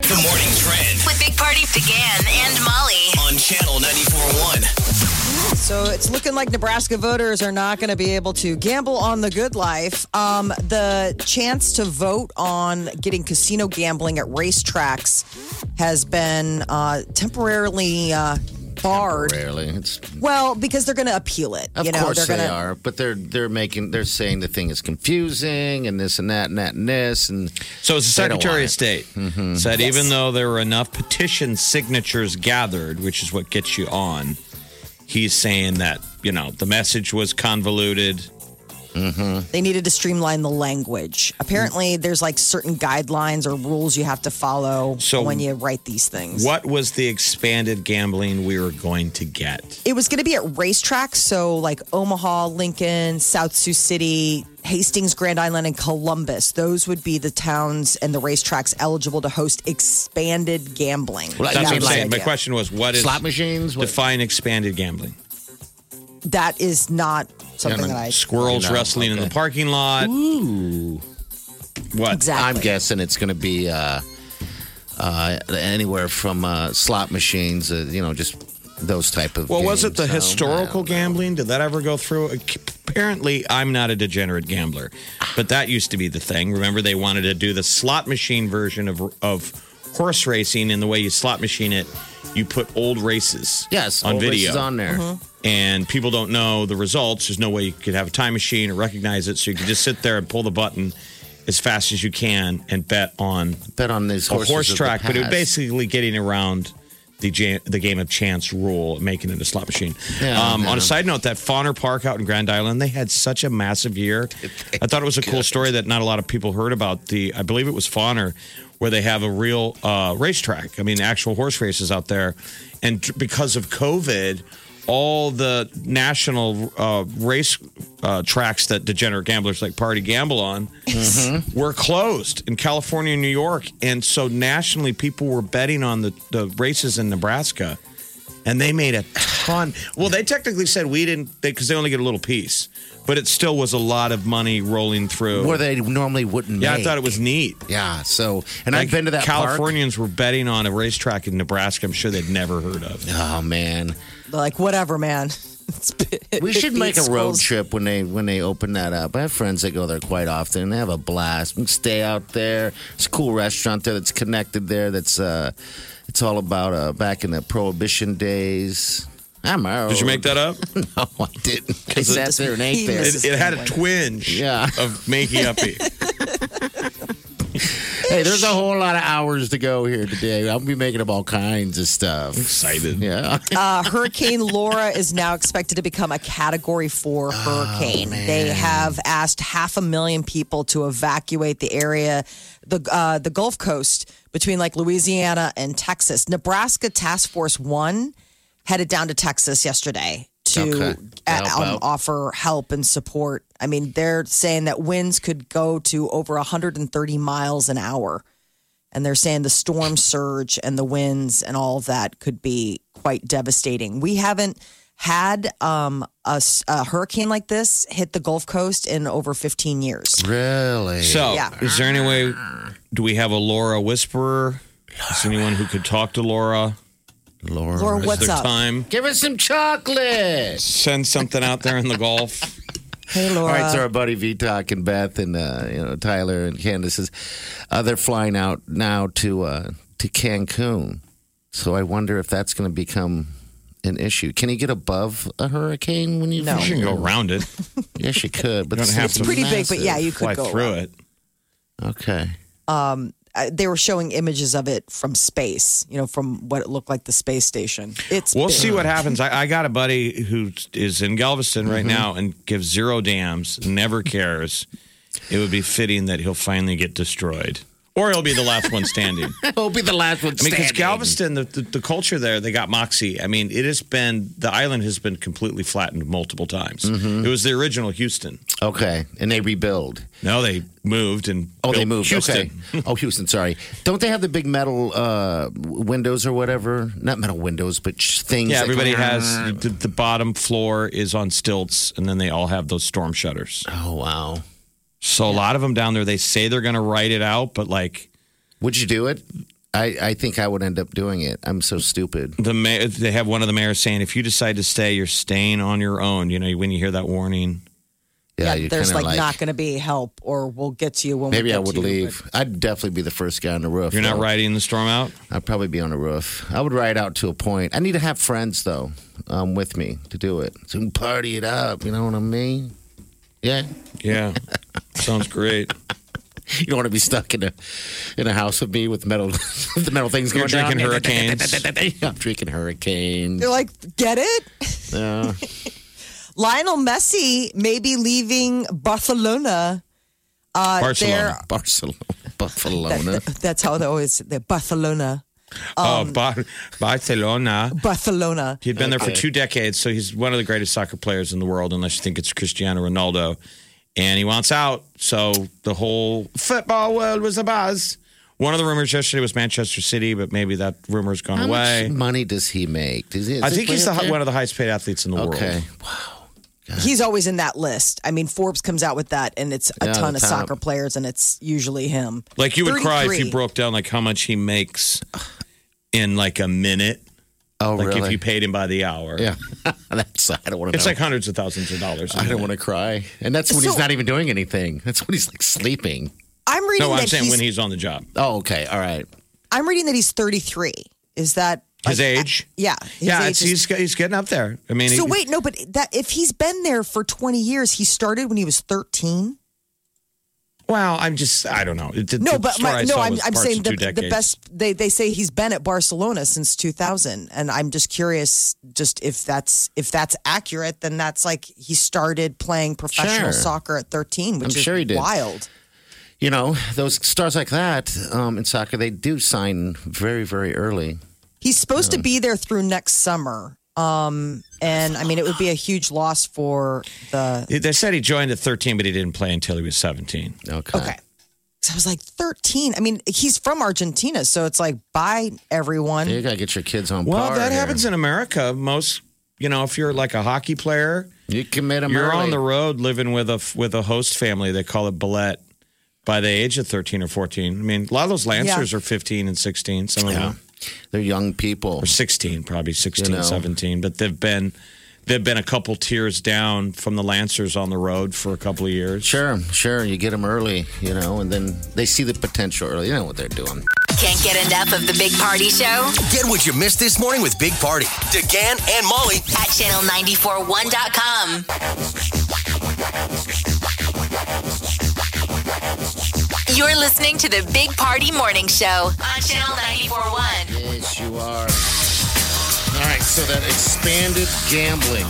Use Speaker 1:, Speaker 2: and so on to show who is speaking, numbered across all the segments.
Speaker 1: The morning trend
Speaker 2: with Big Party began and Molly.
Speaker 1: on channel 94.1.
Speaker 3: So it's looking like Nebraska voters are not going to be able to gamble on the good life. Um, the chance to vote on getting casino gambling at racetracks has been uh, temporarily uh, barred.
Speaker 4: Rarely, it's
Speaker 3: Well, because they're going to appeal it.
Speaker 4: of
Speaker 3: you know,
Speaker 4: course
Speaker 3: they're
Speaker 4: they
Speaker 3: gonna-
Speaker 4: are, but they're they're making they're saying the thing is confusing and this and that and that and this and
Speaker 5: So it's the
Speaker 4: They don't
Speaker 5: Secretary
Speaker 4: want
Speaker 5: of
Speaker 4: it. Mm-hmm.
Speaker 5: State said even though there were enough petition signatures gathered, which is what gets you on, he's saying that you know the message was convoluted.
Speaker 3: They needed to streamline the language. Apparently, there's like certain guidelines or rules you have to follow
Speaker 5: So-
Speaker 3: when you write these things.
Speaker 5: What was the expanded gambling we were going to get?
Speaker 3: it was going to be at racetracks, so like Omaha, Lincoln, South Sioux City, Hastings, Grand Island, and Columbus. Those would be the towns and the racetracks eligible to host expanded gambling.
Speaker 4: Well,
Speaker 3: That
Speaker 5: That's what
Speaker 4: mean,
Speaker 5: I'm
Speaker 3: was the
Speaker 5: saying. My
Speaker 3: idea.
Speaker 5: question was, what is
Speaker 4: slot machines. What,
Speaker 5: define expanded gambling?
Speaker 3: That is not something
Speaker 4: Yeah,
Speaker 3: that I.
Speaker 5: Squirrels
Speaker 4: No,
Speaker 5: wrestling in
Speaker 4: okay.
Speaker 5: the parking lot.
Speaker 4: ooh,
Speaker 5: What?
Speaker 3: Exactly.
Speaker 4: I'm guessing it's going to be uh, uh, anywhere from uh, slot machines, uh, you know, just those type of.
Speaker 5: Well, was it the
Speaker 4: games. So, uh,
Speaker 5: historical
Speaker 4: I don't know.
Speaker 5: gambling? Did that ever go through? Apparently, I'm not a degenerate gambler, but that used to be the thing. Remember, they wanted to do the slot machine version of of horse racing, and the way you slot machine it, you put old races,
Speaker 4: Yes,
Speaker 5: on
Speaker 4: all
Speaker 5: video,
Speaker 4: races on there.
Speaker 3: Mm-hmm.
Speaker 5: and people don't know the results. There's no way you could have a time machine or recognize it, so you could just sit there and pull the button as fast as you can and bet on
Speaker 4: Bet on these
Speaker 5: a
Speaker 4: horses
Speaker 5: horse
Speaker 4: of the
Speaker 5: track, but it was
Speaker 4: past.
Speaker 5: basically getting around the jam- the game of chance rule, making it a slot machine.
Speaker 4: Yeah,
Speaker 5: um, On a
Speaker 4: yeah.
Speaker 5: side note, that Fauner Park out in Grand Island, they had such a massive year. I thought it was a cool story that not a lot of people heard about. The I believe it was Fauner, where they have a real uh, racetrack. I mean, actual horse races out there, and t- because of COVID. All the national uh, race uh, tracks that degenerate gamblers like Party gamble on were closed in California and New York. And so nationally, people were betting on the, the races in Nebraska. And they made a ton. Well, they technically said we didn't, because they, only get a little piece, but it still was a lot of money rolling through.
Speaker 4: where they normally wouldn't.
Speaker 5: yeah, I
Speaker 4: make.
Speaker 5: thought it was neat.
Speaker 4: Yeah, so and
Speaker 5: Like,
Speaker 4: I've been to that park.
Speaker 5: Californians were betting on a racetrack in Nebraska. I'm sure they'd never heard of.
Speaker 4: Oh man,
Speaker 3: Like whatever, man. It's- it
Speaker 4: we should make
Speaker 3: beats
Speaker 4: a road
Speaker 3: squirrels.
Speaker 4: trip when they when they open that up. I have friends that go there quite often. They have a blast. We can stay out there. It's a cool restaurant there that's connected there. That's uh, it's all about uh, back in the prohibition days. I'm out.
Speaker 5: Did you make that up?
Speaker 4: No, I didn't. I sat there and ate there.
Speaker 3: This is
Speaker 5: It, it had a
Speaker 3: funny.
Speaker 5: twinge
Speaker 4: Yeah.
Speaker 5: of makey uppy.
Speaker 4: Hey, there's a whole lot of hours to go here today. I'll be making up all kinds of stuff.
Speaker 5: Excited.
Speaker 4: Yeah.
Speaker 3: Uh, hurricane Laura is now expected to become a Category 4
Speaker 4: Oh,
Speaker 3: hurricane. They have asked half a million people to evacuate the area, the, uh, the Gulf Coast between like Louisiana and Texas. Nebraska Task Force 1 headed down to Texas yesterday to
Speaker 4: Okay.
Speaker 3: uh,
Speaker 4: Help
Speaker 3: um,
Speaker 4: out.
Speaker 3: offer help and support. I mean, they're saying that winds could go to over 130 miles an hour and they're saying the storm surge and the winds and all of that could be quite devastating. We haven't had um, a, s- a hurricane like this hit the Gulf Coast in over 15 years.
Speaker 4: Really?
Speaker 5: So,
Speaker 3: Yeah.
Speaker 5: is there any way? Do we have a Laura whisperer? Is anyone who could talk to Laura?
Speaker 4: Laura.
Speaker 3: Laura,
Speaker 5: Is
Speaker 3: what's
Speaker 5: there
Speaker 3: up?
Speaker 5: time?
Speaker 4: Give us some chocolate.
Speaker 5: Send something out there in the Gulf.
Speaker 3: Hey,
Speaker 4: All
Speaker 3: Laura.
Speaker 4: right, so our buddy VTOC and Beth and uh, you know Tyler and Candace is uh, they're flying out now to uh, to Cancun. So I wonder if that's going to become an issue. Can you get above a hurricane when you?
Speaker 3: No.
Speaker 5: You can go around it,
Speaker 4: Yes, you could, but
Speaker 5: You don't
Speaker 4: it's,
Speaker 5: have
Speaker 4: it's
Speaker 5: to-
Speaker 3: Pretty big, but yeah, Oh, you could
Speaker 5: fly
Speaker 3: go.
Speaker 5: through
Speaker 3: around.
Speaker 5: it.
Speaker 4: Okay.
Speaker 3: Uh, they were showing images of it from space, you know, from what it looked like the space station. It's
Speaker 5: We'll
Speaker 3: big.
Speaker 5: see what happens. I, I got a buddy who is in Galveston
Speaker 3: Mm-hmm.
Speaker 5: right now and gives zero damns, never cares. It would be fitting that he'll finally get destroyed. or he'll be the last one standing.
Speaker 4: He'll be the last one
Speaker 5: I mean,
Speaker 4: standing.
Speaker 5: because Galveston, the, the, the culture there, they got Moxie. I mean, it has been, the island has been completely flattened multiple times. It was the original Houston.
Speaker 4: Okay, and they rebuild.
Speaker 5: Now they moved and.
Speaker 4: Oh, they
Speaker 5: built
Speaker 4: moved.
Speaker 5: Houston.
Speaker 4: Okay. Oh, Houston. Sorry. Don't they have the big metal uh, w- windows or whatever? Not metal windows, but sh- things.
Speaker 5: Yeah,
Speaker 4: that go-
Speaker 5: everybody has the, the bottom floor is on stilts, and then they all have those storm shutters.
Speaker 4: Oh wow.
Speaker 5: So a lot of them down there, they say they're going to write it out, but like
Speaker 4: Would you do it? I, I think I would end up doing it. I'm so stupid.
Speaker 5: the mayor, they have one of the mayors saying, if you decide to stay, you're staying on your own. You know, when you hear that warning,
Speaker 4: Yeah, you're
Speaker 3: there's
Speaker 4: kinda
Speaker 3: like, not going to be help, or we'll get to you when we
Speaker 4: Maybe
Speaker 3: get
Speaker 4: I would
Speaker 3: to you,
Speaker 4: leave. I'd definitely be the first guy on the roof.
Speaker 5: you're not
Speaker 4: though.
Speaker 5: riding the storm out.
Speaker 4: I'd probably be on the roof. I would ride out to a point. I need to have friends though, um, with me to do it. So we can party it up. You know what I mean? Yeah.
Speaker 5: Yeah, sounds great.
Speaker 4: You don't want to be stuck in a in a house with me with metal the metal things
Speaker 5: You're
Speaker 4: going down.
Speaker 5: drinking hurricanes.
Speaker 4: I'm drinking hurricanes.
Speaker 3: They're like, get it?
Speaker 4: Yeah.
Speaker 3: Lionel Messi may be leaving Barcelona. Uh,
Speaker 5: Barcelona.
Speaker 3: there-
Speaker 4: Barcelona, Barcelona.
Speaker 3: That's how they always the Barcelona,
Speaker 5: oh, Bar- Barcelona.
Speaker 3: Barcelona.
Speaker 5: He'd been there for two decades, so he's one of the greatest soccer players in the world, unless you think it's Cristiano Ronaldo. And he wants out, so the whole football world was a buzz. One of the rumors yesterday was Manchester City, but maybe that rumor's gone
Speaker 4: How
Speaker 5: away.
Speaker 4: much money does he make? Does he,
Speaker 5: I think he's the, hi- one of the highest paid athletes in the
Speaker 4: Okay.
Speaker 5: world.
Speaker 3: He's always in that list. I mean, Forbes comes out with that, and it's a
Speaker 4: Yeah,
Speaker 3: ton
Speaker 4: the
Speaker 3: of
Speaker 4: top.
Speaker 3: soccer players, and it's usually him.
Speaker 5: Like you would cry if
Speaker 3: 33.
Speaker 5: you broke down like how much he makes in like a minute,
Speaker 4: Oh,
Speaker 5: like
Speaker 4: really?
Speaker 5: if you paid him by the hour.
Speaker 4: yeah. that's. I don't want to.
Speaker 5: It's like hundreds of thousands of dollars.
Speaker 4: I don't want to cry, and that's when
Speaker 3: So-
Speaker 4: he's not even doing anything. That's when he's like sleeping.
Speaker 3: I'm reading
Speaker 5: No,
Speaker 3: that
Speaker 5: I'm saying
Speaker 3: he's,
Speaker 5: when he's on the job.
Speaker 4: Oh, okay. All right.
Speaker 3: I'm reading that he's 33. Is that
Speaker 5: His
Speaker 3: like,
Speaker 5: age?
Speaker 3: Yeah, his
Speaker 5: yeah,
Speaker 3: age
Speaker 5: it's,
Speaker 3: is-
Speaker 5: he's he's getting up there. I mean,
Speaker 3: So
Speaker 5: he-
Speaker 3: wait, no, but that if he's been there for 20 years, he started when he was 13.
Speaker 5: Well, I'm just I don't know. It- the-
Speaker 3: No,
Speaker 5: the
Speaker 3: but
Speaker 5: story I
Speaker 3: my, no,
Speaker 5: saw
Speaker 3: I'm,
Speaker 5: was
Speaker 3: I'm
Speaker 5: parts
Speaker 3: saying
Speaker 5: of
Speaker 3: the,
Speaker 5: two
Speaker 3: the
Speaker 5: decades.
Speaker 3: best. They they say he's been at Barcelona since 2000, and I'm just curious, just if that's if that's accurate, then that's like he started playing professional
Speaker 4: Sure.
Speaker 3: soccer at 13, which
Speaker 4: I'm
Speaker 3: is
Speaker 4: sure he did.
Speaker 3: wild.
Speaker 4: You know those stars like that um, in soccer, they do sign very, very early.
Speaker 3: He's supposed to be there through next summer. Um, and I mean, it would be a huge loss for the
Speaker 5: They said he joined at 13, but he didn't play until he was 17.
Speaker 4: Okay.
Speaker 3: Okay. So I was like 13. I mean, he's from Argentina, so it's like bye everyone.
Speaker 4: You gotta get your kids on.
Speaker 5: Well,
Speaker 4: par
Speaker 5: that
Speaker 4: here.
Speaker 5: happens in America. Most, you know, if you're like a hockey player,
Speaker 4: You commit them.
Speaker 5: you're
Speaker 4: early.
Speaker 5: on the road living with a with a host family. They call it billet. By the age of 13 or 14, I mean, a lot of those Lancers are 15 and 16. Some of them
Speaker 4: They're young people.
Speaker 5: are 16, probably 16,
Speaker 4: You know.
Speaker 5: 17. But they've been they've been a couple tiers down from the Lancers on the road for a couple of years.
Speaker 4: Sure, sure. You get them early, you know, and then they see the potential early. You know what they're doing.
Speaker 2: Can't get enough of the Big Party Show
Speaker 1: Get what you missed this morning with Big Party, DeGan and Molly
Speaker 2: at channel941.com. You're listening to the Big Party Morning Show on channel 941.
Speaker 4: Yes, you are. All right, so that expanded gambling.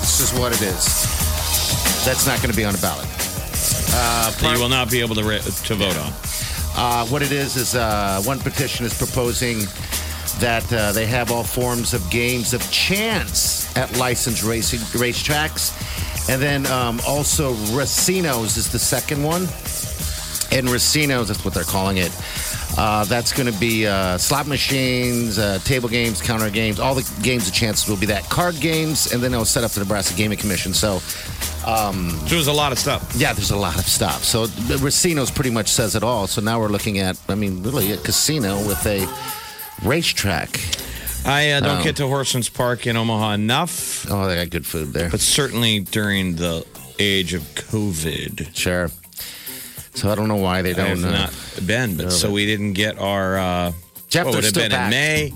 Speaker 4: This is what it is. That's not going to be on the ballot.
Speaker 5: that you will not be able to re- to vote on.
Speaker 4: Uh, what it is is uh, one petition is proposing that uh, they have all forms of games of chance at licensed racing racetracks, and then um, also racinos is the second one. And racinos, that's what they're calling it. Uh, that's going to be uh, slot machines, uh, table games, counter games, all the games of chance will be that. Card games, and then it'll set up the Nebraska Gaming Commission. So
Speaker 5: So there's a lot of stuff.
Speaker 4: yeah, there's a lot of stuff. So the Racino's pretty much says it all. So now we're looking at, I mean, really a casino with a racetrack.
Speaker 5: I uh, don't get to Horsens Park in Omaha enough,
Speaker 4: Oh, they got good food there.
Speaker 5: but certainly during the age of COVID,
Speaker 4: Sure. So I don't know why they
Speaker 5: I
Speaker 4: don't.
Speaker 5: have
Speaker 4: Uh,
Speaker 5: not been. But so we didn't get our uh,
Speaker 4: Jeff,
Speaker 5: what
Speaker 4: they're
Speaker 5: would have
Speaker 4: still
Speaker 5: been in
Speaker 4: packed.
Speaker 5: May.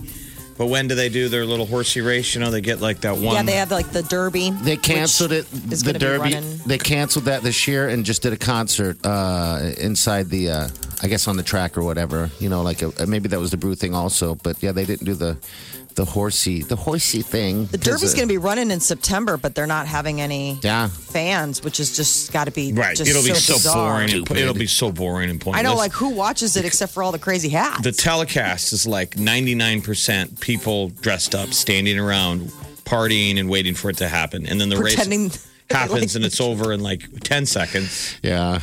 Speaker 5: But when do they do their little horsey race? You know, they get like that one.
Speaker 3: Yeah, they have like the Derby.
Speaker 4: They canceled it.
Speaker 3: is
Speaker 4: The
Speaker 3: gonna be
Speaker 4: Derby.
Speaker 3: running.
Speaker 4: They canceled that this year and just did a concert uh, inside the. Uh, I guess on the track or whatever. You know, like a, maybe that was the brew thing also. But yeah, they didn't do the the horsey the horsey thing. uh,
Speaker 3: The Derby's going to be running in September, but they're not having any
Speaker 4: Yeah.
Speaker 3: fans, which is just got to be
Speaker 5: Right.
Speaker 3: Just
Speaker 5: It'll be so
Speaker 3: bizarre.
Speaker 5: boring. And,
Speaker 4: Stupid.
Speaker 5: it'll be so boring and pointless.
Speaker 3: I know, like who watches it except for all the crazy hats.
Speaker 5: the telecast is like 99% people dressed up, standing around, partying and waiting for it to happen. And then the
Speaker 3: Pretending-
Speaker 5: race happens and it's over in like 10 seconds.
Speaker 4: Yeah.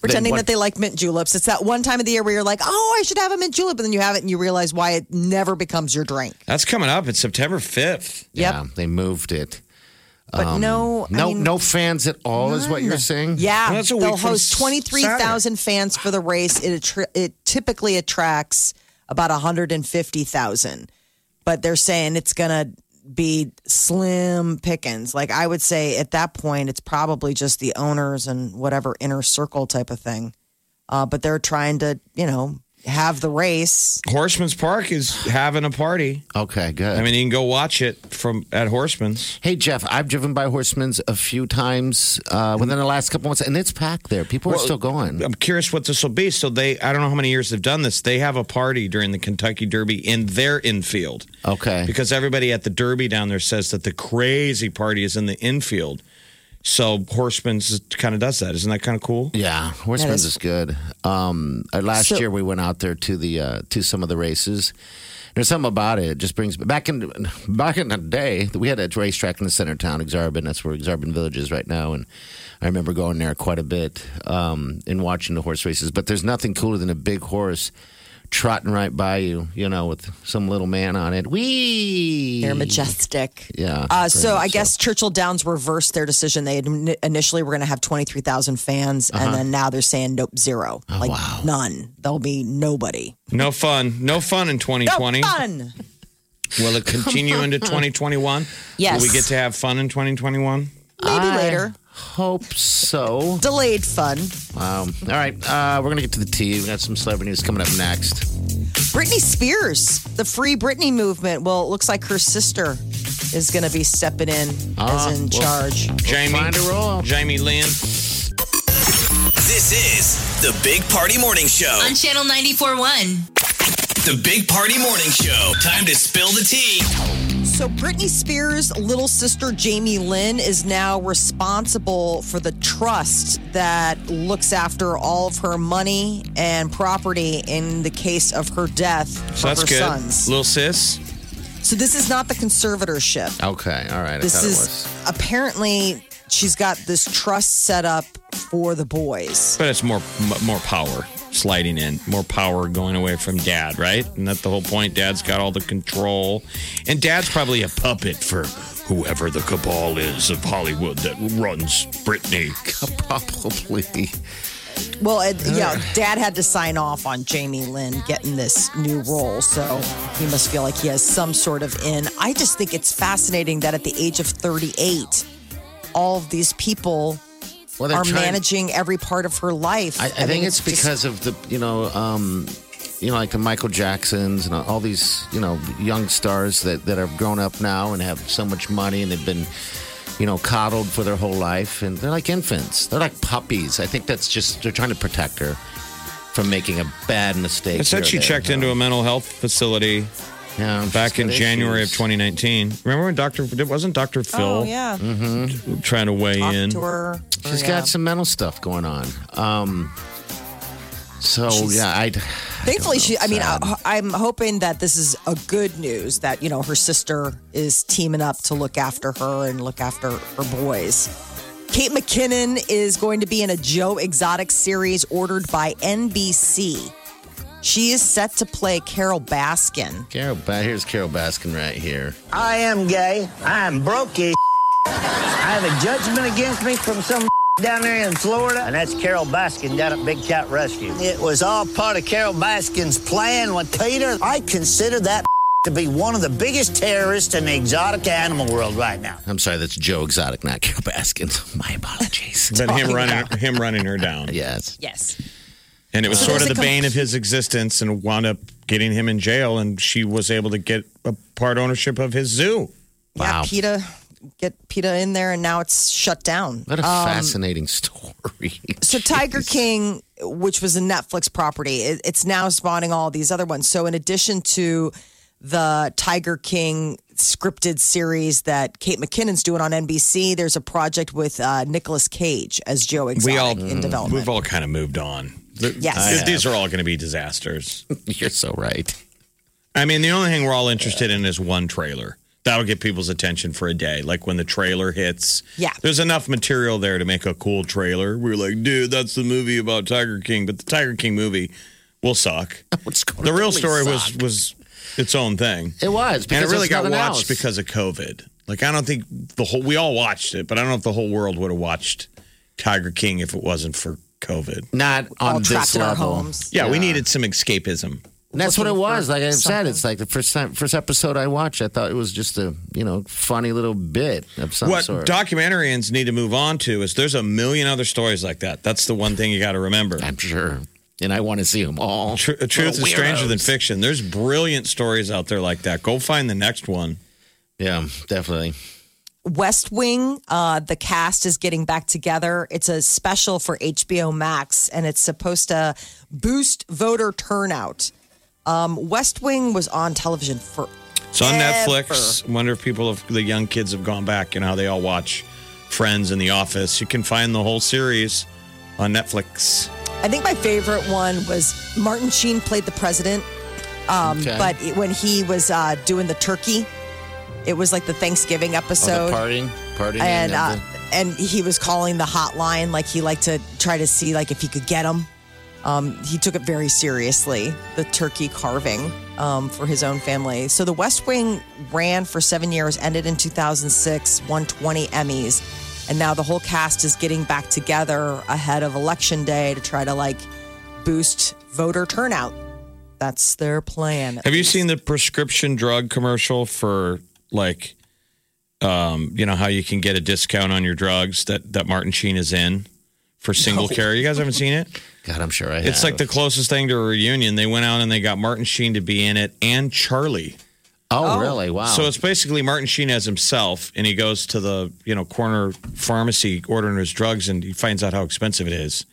Speaker 3: pretending
Speaker 4: what-
Speaker 3: that they like mint juleps. It's that one time of the year where you're like, oh, I should have a mint julep, and then you have it and you realize why it never becomes your drink.
Speaker 5: That's coming up. It's September 5th.
Speaker 3: Yep.
Speaker 4: Yeah. They moved it.
Speaker 3: But no, I
Speaker 4: No,
Speaker 3: mean,
Speaker 4: no fans at all is what you're saying.
Speaker 3: Yeah,
Speaker 5: Well, that's a
Speaker 3: they'll
Speaker 5: week from
Speaker 3: host twenty three thousand fans for the race. It attr it typically attracts about hundred and fifty thousand, but they're saying it's gonna be slim pickings. Like I would say at that point, it's probably just the owners and whatever inner circle type of thing. Uh, but they're trying to, you know, have the race.
Speaker 5: Horseman's Park is having a party.
Speaker 4: Okay. Good.
Speaker 5: I mean, you can go watch it from at Horseman's.
Speaker 4: Hey Jeff, I've driven by Horseman's a few times uh, within the last couple months, and it's packed there. People are still going.
Speaker 5: I'm curious what this will be. So they, I don't know how many years they've done this. They have a party during the Kentucky Derby in their infield
Speaker 4: Okay,
Speaker 5: because everybody at the Derby down there says that the crazy party is in the infield. So Horseman's kind of does that. Isn't that kind of cool?
Speaker 4: yeah, Horseman's
Speaker 3: That is-
Speaker 4: is, good. Um, uh, last year we went out there to the uh, to some of the races. There's something about it. It just brings back in back in the day. We had a racetrack in the center of town, Exarban. That's where Exarban Village is right now, and I remember going there quite a bit um, and watching the horse races. But there's nothing cooler than a big horse trotting right by you, you know, with some little man on it. Wee.
Speaker 3: They're majestic.
Speaker 4: Yeah,
Speaker 3: Uh,
Speaker 4: very
Speaker 3: so
Speaker 4: much
Speaker 3: I guess Churchill Downs reversed their decision. They had in- initially were going to have 23,000 fans,
Speaker 4: Uh-huh.
Speaker 3: and then now they're saying, nope, zero.
Speaker 4: Oh,
Speaker 3: like none. There'll be nobody.
Speaker 5: No fun. No fun in
Speaker 3: No
Speaker 5: 2020.
Speaker 3: fun.
Speaker 5: Will it continue into 2021?
Speaker 3: Yes.
Speaker 5: Will we get to have fun in 2021?
Speaker 3: Maybe
Speaker 4: I
Speaker 3: later.
Speaker 4: Hope so.
Speaker 3: Delayed fun.
Speaker 4: Um, all right, uh, we're gonna get to the tea. We got some celebrity news coming up next.
Speaker 3: Britney Spears, the Free Britney movement. Well, it looks like her sister is going to be stepping in
Speaker 4: Ah,
Speaker 3: as in
Speaker 4: well-
Speaker 3: charge.
Speaker 5: Jamie.
Speaker 4: find a roll.
Speaker 5: Jamie Lynn.
Speaker 1: This is the Big Party Morning Show.
Speaker 2: On Channel 94.1.
Speaker 1: The Big Party Morning Show. Time to spill the tea.
Speaker 3: So Britney Spears' little sister Jamie Lynn is now responsible for the trust that looks after all of her money and property in the case of her death
Speaker 5: So
Speaker 3: for
Speaker 5: that's
Speaker 3: her
Speaker 5: good.
Speaker 3: sons.
Speaker 5: Little sis.
Speaker 3: So this is not the conservatorship.
Speaker 4: Okay, all right. I
Speaker 3: This
Speaker 4: thought
Speaker 3: is
Speaker 4: it was.
Speaker 3: apparently she's got this trust set up for the boys.
Speaker 5: But it's more m- more power sliding in, more power going away from dad, right? And that's the whole point. Dad's got all the control, and dad's probably a puppet for whoever the cabal is of Hollywood that runs Britney.
Speaker 4: Probably.
Speaker 3: Well, it, yeah, Dad had to sign off on Jamie Lynn getting this new role, so he must feel like he has some sort of in. I just think it's fascinating that at the age of 38, all of these people
Speaker 4: Well, they're
Speaker 3: are
Speaker 4: trying-
Speaker 3: managing every part of her life.
Speaker 4: I, I, think it's,
Speaker 3: just-
Speaker 4: because of the you know um, you know like the Michael Jacksons and all these you know young stars that that have grown up now and have so much money and they've been you know coddled for their whole life and they're like infants. They're like puppies. I think that's just they're trying to protect her from making a bad mistake.
Speaker 5: I said
Speaker 4: here
Speaker 5: she
Speaker 4: or there,
Speaker 5: checked
Speaker 4: you
Speaker 5: into
Speaker 4: know.
Speaker 5: a mental health facility
Speaker 4: Yeah,
Speaker 5: back
Speaker 4: she's
Speaker 5: in
Speaker 4: got
Speaker 5: January of
Speaker 4: issues.
Speaker 5: 2019. Remember when Doctor wasn't Doctor Phil
Speaker 3: Oh, yeah.
Speaker 5: trying to weigh
Speaker 3: Talk
Speaker 5: in?
Speaker 3: to her.
Speaker 4: She's
Speaker 3: Oh, Yeah.
Speaker 4: got some mental stuff going on. Um, so
Speaker 3: She's-
Speaker 4: yeah, I.
Speaker 3: Thankfully, she. I mean,
Speaker 4: Sad.
Speaker 3: I, I'm hoping that this is a good news that you know her sister is teaming up to look after her and look after her boys. Kate McKinnon is going to be in a Joe Exotic series ordered by NBC. She is set to play Carol Baskin.
Speaker 4: Carol, ba- here's Carol Baskin right here.
Speaker 6: I am gay. I am broke as I have a judgment against me from some down there in Florida. And that's Carol Baskin down at Big Cat Rescue. It was all part of Carol Baskin's plan with Peter. I consider that to be one of the biggest terrorists in the exotic animal world right now.
Speaker 4: I'm sorry, that's Joe Exotic, not Carol Baskin. My apologies.
Speaker 5: Then him running him running her down.
Speaker 4: yes.
Speaker 3: Yes.
Speaker 5: And it was sort of
Speaker 3: there's
Speaker 5: the
Speaker 3: a
Speaker 5: bane of his existence and wound up getting him in jail. And she was able to get a part ownership of his zoo.
Speaker 4: Wow.
Speaker 3: Yeah, PETA get PETA in there, and now it's shut down.
Speaker 4: What a
Speaker 3: Um,
Speaker 4: fascinating story.
Speaker 3: so Tiger
Speaker 4: Jeez.
Speaker 3: King, which was a Netflix property, it, it's now spawning all these other ones. So in addition to the Tiger King scripted series that Kate McKinnon's doing on NBC, there's a project with uh, Nicolas Cage as Joe Exotic
Speaker 5: all-
Speaker 3: in development.
Speaker 5: We've all kind of moved on. The- uh,
Speaker 3: Yes. I
Speaker 5: th- These are all going to be disasters.
Speaker 4: You're so right.
Speaker 5: I mean, the only thing we're all interested in is one trailer. That'll get people's attention for a day. Like when the trailer hits.
Speaker 3: Yeah.
Speaker 5: There's enough material there to make a cool trailer. We're like, dude, that's the movie about Tiger King, but the Tiger King movie will suck.
Speaker 4: It's gonna
Speaker 5: The real
Speaker 4: totally
Speaker 5: story
Speaker 4: suck.
Speaker 5: was was its own thing.
Speaker 4: It was
Speaker 5: and
Speaker 4: because
Speaker 5: it really
Speaker 4: there's
Speaker 5: got
Speaker 4: nothing else.
Speaker 5: watched because of COVID. Like I don't think the whole we all watched it, but I don't know if the whole world would have watched Tiger King if it wasn't for COVID.
Speaker 4: not on
Speaker 3: all
Speaker 4: this
Speaker 3: trapped in our
Speaker 4: level.
Speaker 3: homes.
Speaker 5: Yeah, we needed some escapism.
Speaker 4: And that's what it
Speaker 3: looking for
Speaker 4: was. Like I said,
Speaker 3: something.
Speaker 4: it's like the first time, first episode I watched. I thought it was just a you know funny little bit of some
Speaker 5: what
Speaker 4: sort.
Speaker 5: documentarians need to move on to is there's a million other stories like that. That's the one thing you got to remember.
Speaker 4: I'm sure, and I want to see them all.
Speaker 5: Tr- truth
Speaker 4: Little
Speaker 5: is stranger than
Speaker 4: weirdos.
Speaker 5: fiction. There's brilliant stories out there like that. Go find the next one.
Speaker 4: Yeah, definitely.
Speaker 3: West Wing, uh, the cast is getting back together. It's a special for HBO Max, and it's supposed to boost voter turnout. Um, West Wing was on television for
Speaker 5: It's on Netflix. I wonder if people, have, the young kids, have gone back and how they all watch Friends and The Office. You can find the whole series on Netflix.
Speaker 3: I think my favorite one was Martin Sheen played the president, um,
Speaker 4: Okay.
Speaker 3: but it- when he was uh, doing the turkey, it was like the Thanksgiving
Speaker 4: So
Speaker 3: episode,
Speaker 4: Oh, the partying, partying,
Speaker 3: and uh,
Speaker 4: of
Speaker 3: and he was calling the hotline like he liked to try to see like if he could get him. Um, he took it very seriously, the turkey carving um, for his own family. So the West Wing ran for seven years, ended in 2006, won 20 Emmys, and now the whole cast is getting back together ahead of election day to try to like boost voter turnout. That's their plan.
Speaker 5: Have you seen the prescription drug commercial for like, um, you know how you can get a discount on your drugs that that Martin Sheen is in for single care? You guys haven't seen it?
Speaker 4: the, God, I'm sure I.
Speaker 5: It's like the closest thing to a reunion. They went out and they got Martin Sheen to be in it and Charlie.
Speaker 4: oh, really wow.
Speaker 5: So it's basically Martin Sheen as himself, and he goes to the you know corner pharmacy ordering his drugs, and he finds out how expensive it is,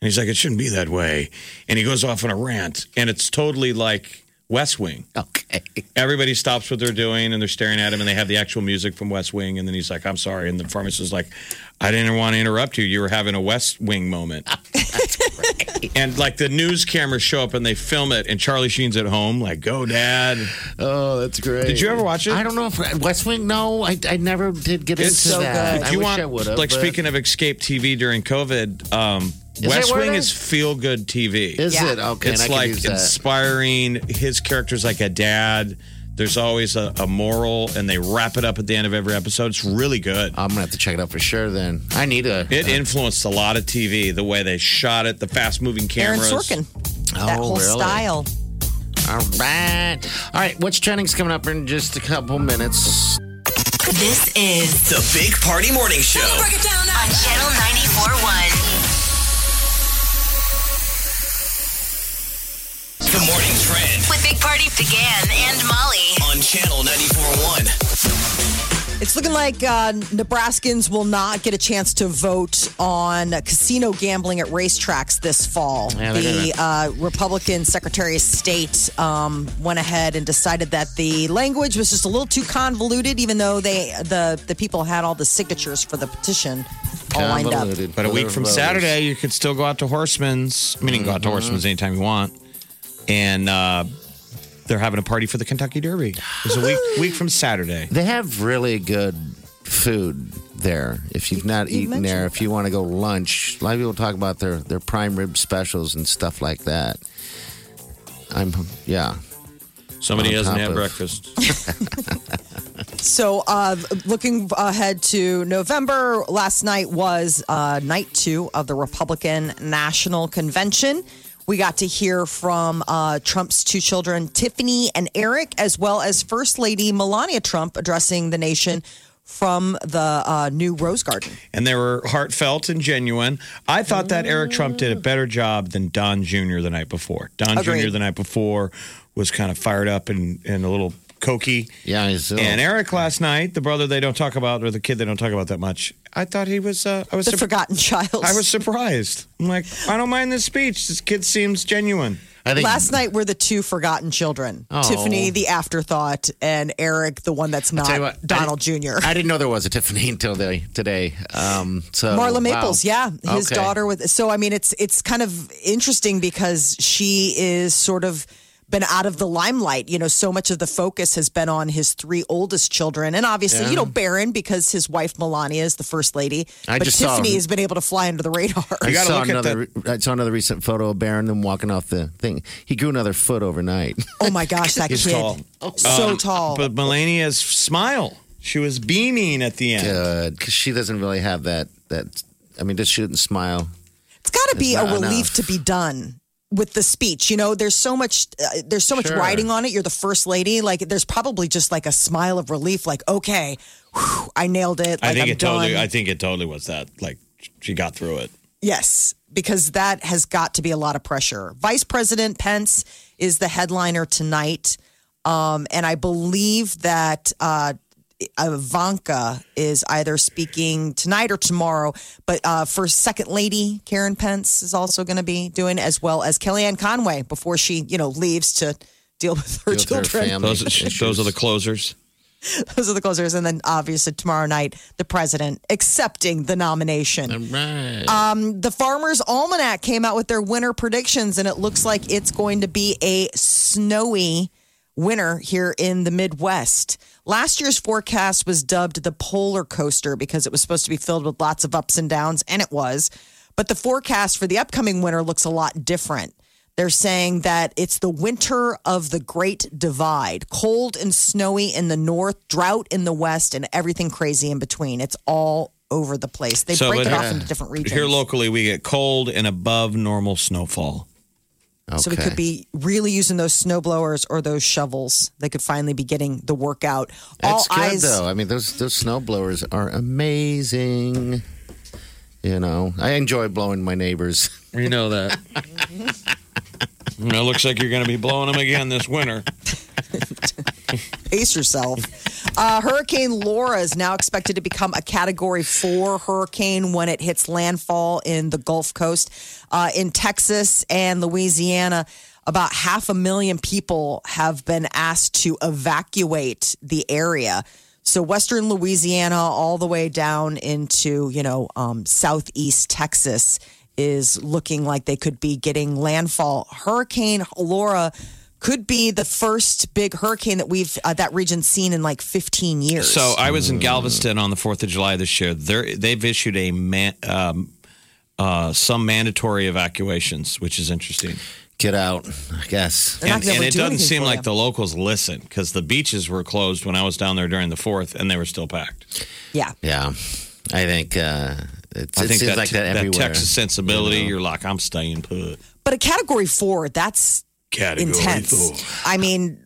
Speaker 5: and he's like, "It shouldn't be that way," and he goes off on a rant, and it's totally like West Wing.
Speaker 4: okay.
Speaker 5: Everybody stops what they're doing and they're staring at him, and they have the actual music from West Wing, and then he's like, "I'm sorry," and the pharmacist's like, "I didn't want to interrupt you. You were having a West Wing moment." and like the news cameras show up and they film it, and Charlie Sheen's at home, like, "Go, Dad."
Speaker 4: Oh, that's great.
Speaker 5: Did you ever watch it?
Speaker 4: I don't know if West Wing. No, I, I never did get
Speaker 5: It's
Speaker 4: into
Speaker 5: so
Speaker 4: that.
Speaker 3: good.
Speaker 4: I
Speaker 5: If you
Speaker 4: wish
Speaker 5: want,
Speaker 4: I would have.
Speaker 5: like speaking of escape TV during COVID, um,
Speaker 4: Is
Speaker 5: West
Speaker 4: that where
Speaker 5: Wing
Speaker 4: it
Speaker 5: is
Speaker 4: is?
Speaker 5: feel good TV.
Speaker 4: is
Speaker 3: Yeah.
Speaker 4: it okay? and I
Speaker 5: it's
Speaker 4: could
Speaker 5: like
Speaker 4: use that.
Speaker 5: inspiring. His character's like a dad. There's always a, a moral, and they wrap it up at the end of every episode. It's really good.
Speaker 4: I'm gonna have to check it out for sure. Then I need a.
Speaker 5: It influenced a lot of TV, the way they shot it, the fast moving
Speaker 3: Aaron
Speaker 5: cameras.
Speaker 3: Sorkin,
Speaker 4: oh,
Speaker 3: that whole
Speaker 4: really?
Speaker 3: style.
Speaker 4: All right. All right. What's trending's coming up in just a couple minutes?
Speaker 2: This is
Speaker 1: The Big Party Morning Show.
Speaker 2: on Channel 94.1.
Speaker 1: The Morning Trend
Speaker 2: With Big Party began and Molly.
Speaker 1: on Channel 94.1.
Speaker 3: It's looking like uh, Nebraskans will not get a chance to vote on casino gambling at racetracks this fall.
Speaker 4: Yeah, they're
Speaker 3: the uh, Republican Secretary of State um, went ahead and decided that the language was just a little too convoluted, even though they the the people had all the signatures for the petition all lined up.
Speaker 4: Convoluted.
Speaker 5: But a week from
Speaker 4: Voters.
Speaker 5: Saturday, you could still go out to Horseman's. I mean, you can go out to Horseman's anytime you want. And uh, they're having a party for the Kentucky Derby. It's a week week from Saturday.
Speaker 4: They have really good food there. If you've not
Speaker 3: you
Speaker 4: eaten there, if you want to go lunch, a lot of people talk about their their prime rib specials and stuff like that. I'm yeah.
Speaker 5: Somebody
Speaker 4: On
Speaker 5: hasn't
Speaker 4: top
Speaker 5: had
Speaker 4: of-
Speaker 5: breakfast.
Speaker 3: So, uh, looking ahead to November, last night was uh, night two of the Republican National Convention. We got to hear from uh, Trump's two children, Tiffany and Eric, as well as First Lady Melania Trump addressing the nation from the uh, new Rose Garden.
Speaker 5: and they were heartfelt and genuine. I thought that Eric Trump did a better job than Don Jr. the night before. Don
Speaker 3: Agreed.
Speaker 5: Jr. the night before was kind of fired up and, and a little Cokie.
Speaker 4: Yeah, I saw.
Speaker 5: And Eric last night, the brother they don't talk about, or the kid they don't talk about that much. I thought he was. Uh, I was.
Speaker 3: The
Speaker 5: surp-
Speaker 3: forgotten child.
Speaker 5: I was surprised. I'm like, I don't mind this speech. This kid seems genuine.
Speaker 4: I think
Speaker 3: Last night were the two forgotten children
Speaker 4: Oh.
Speaker 3: Tiffany, the afterthought, and Eric, the one that's not
Speaker 4: tell you what, I
Speaker 3: Donald
Speaker 4: didn't-
Speaker 3: Jr.
Speaker 4: I didn't know there was a Tiffany until they, today. Um, so wow.
Speaker 3: Marla Maples, yeah, his
Speaker 4: Okay.
Speaker 3: daughter with. So I mean, it's it's kind of interesting because she is sort of been out of the limelight. You know, so much of the focus has been on his three oldest children, and obviously, you know, Barron because his wife Melania is the first lady.
Speaker 4: I
Speaker 3: but
Speaker 4: just saw
Speaker 3: Tiffany
Speaker 4: him.
Speaker 3: has been able to fly under the radar.
Speaker 4: I
Speaker 5: You gotta
Speaker 4: saw
Speaker 5: look at
Speaker 4: another. I saw another recent photo of Baron them walking off the thing. He grew another foot overnight.
Speaker 3: Oh my gosh, that
Speaker 5: He's
Speaker 3: kid,
Speaker 5: tall.
Speaker 3: so
Speaker 5: Um,
Speaker 3: tall.
Speaker 5: But Melania's smile. She was beaming at the end.
Speaker 4: Good, because uh, she doesn't really have that. That I mean, just she didn't smile.
Speaker 3: it's got to be a
Speaker 4: It's not
Speaker 3: relief
Speaker 4: enough.
Speaker 3: to be done with the speech you know there's so much uh, there's so much
Speaker 4: Sure.
Speaker 3: writing on it you're the first lady like there's probably just like a smile of relief like okay whew, i nailed it like
Speaker 5: I think
Speaker 3: am
Speaker 5: it
Speaker 3: done
Speaker 5: totally. I think it totally was that. Like she got through it.
Speaker 3: yes because that has got to be a lot of pressure vice president pence is the headliner tonight um, and i believe that uh, ivanka is either speaking tonight or tomorrow but uh, for second lady karen pence is also going to be doing as well as kellyanne conway before she you know leaves to deal with her
Speaker 4: Deal with her
Speaker 3: children
Speaker 4: family.
Speaker 5: Those, those are the closers.
Speaker 3: those are the closers and then obviously tomorrow night the president accepting the nomination
Speaker 4: Right.
Speaker 3: the Farmer's Almanac came out with their winter predictions, and it looks like it's going to be a snowy winter here in the Midwest. Last year's forecast was dubbed the polar coaster because it was supposed to be filled with lots of ups and downs, and it was. But the forecast for the upcoming winter looks a lot different. They're saying that it's the winter of the Great Divide cold and snowy in the north, drought in the west, and everything crazy in between. It's all over the place. They
Speaker 5: So,
Speaker 3: break it
Speaker 5: but
Speaker 3: off
Speaker 5: here-
Speaker 3: into different regions.
Speaker 5: Here locally, we get cold and above normal snowfall.
Speaker 3: So we could be really using those snow blowers or those shovels. They could finally be getting the workout.
Speaker 4: It's
Speaker 3: All
Speaker 4: good
Speaker 3: eyes.
Speaker 4: though. I mean, those those snow blowers are amazing. You know, I enjoy blowing my neighbors.
Speaker 5: You know that. it looks like you're going to be blowing them again this winter.
Speaker 3: Pace yourself. Uh, hurricane Laura is now expected to become a Category 4 hurricane when it hits landfall in the Gulf Coast. Uh, in Texas and Louisiana, about half a million people have been asked to evacuate the area. So western Louisiana, all the way down into you know um, southeast Texas, is looking like they could be getting landfall. Hurricane Laura could be the first big hurricane that we've uh, that region's seen in like 15 years.
Speaker 5: So uh, I was in Galveston on the Fourth of July this year. They're, they've issued a man, um, uh, some mandatory evacuations, which is interesting.
Speaker 4: Get out, I guess.
Speaker 3: They're not
Speaker 5: And,
Speaker 3: gonna
Speaker 5: and it
Speaker 3: do
Speaker 5: doesn't
Speaker 3: anything
Speaker 5: seem
Speaker 3: for
Speaker 5: like
Speaker 3: you.
Speaker 5: the locals listen because the beaches were closed when I was down there during the Fourth, and they were still packed.
Speaker 3: yeah.
Speaker 4: Yeah, I think uh, it's,
Speaker 5: I
Speaker 4: it
Speaker 5: think
Speaker 4: seems
Speaker 5: that,
Speaker 4: like that everywhere.
Speaker 5: Texas sensibility. You are like, I'm staying put.
Speaker 3: But a Category 4, that's
Speaker 5: Category
Speaker 3: intense.
Speaker 5: four.
Speaker 3: I mean,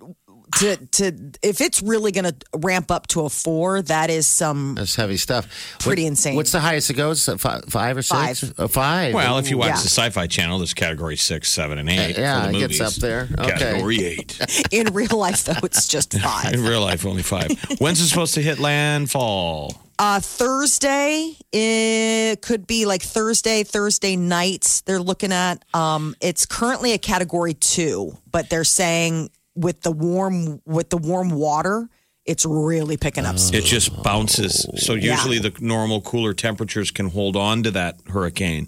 Speaker 3: to to if it's really going to ramp up to a 4, that is some
Speaker 4: That's heavy stuff.
Speaker 3: Pretty insane.
Speaker 4: What's the highest it goes? Uh, fi- Five or six?
Speaker 3: Five.
Speaker 4: Uh, five.
Speaker 5: Well, if you watch
Speaker 3: Yeah.
Speaker 5: the Sci-Fi Channel, there's Category Six, Seven, and Eight.
Speaker 4: Uh, yeah,
Speaker 5: for the
Speaker 4: it gets
Speaker 5: movies.
Speaker 4: up there. Okay.
Speaker 5: Category Eight.
Speaker 3: in real life though it's just 5.
Speaker 5: In real life, only five. When's it supposed to hit landfall?
Speaker 3: Uh, Thursday, it could be like Thursday, Thursday nights. They're looking at. Um, it's currently a category two, but they're saying with the warm with the warm water, it's really picking up. speed.
Speaker 5: It just bounces. So usually the normal cooler temperatures can hold on to that hurricane.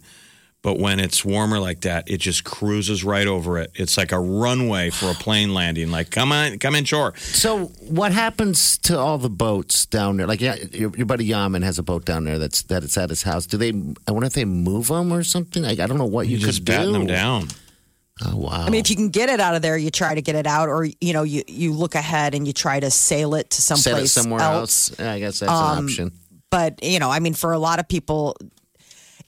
Speaker 5: But when it's warmer like that, it just cruises right over it. It's like a runway for a plane landing. Like, come on, come inshore.
Speaker 4: So, what happens to all the boats down there? Like, yeah, your, your buddy Yaman has a boat down there that's that it's at his house. Do they? I wonder if they move them or something. Like, I don't know what you,
Speaker 5: You're
Speaker 4: could
Speaker 5: just
Speaker 4: do.
Speaker 5: batting them down.
Speaker 4: Oh wow!
Speaker 3: I mean, if you can get it out of there, you try to get it out, or you know, you you look ahead and you try to sail it to
Speaker 4: set it
Speaker 3: someplace
Speaker 4: somewhere else. Yeah, I guess that's
Speaker 3: Um,
Speaker 4: an option.
Speaker 3: but you know, I mean, for a lot of people,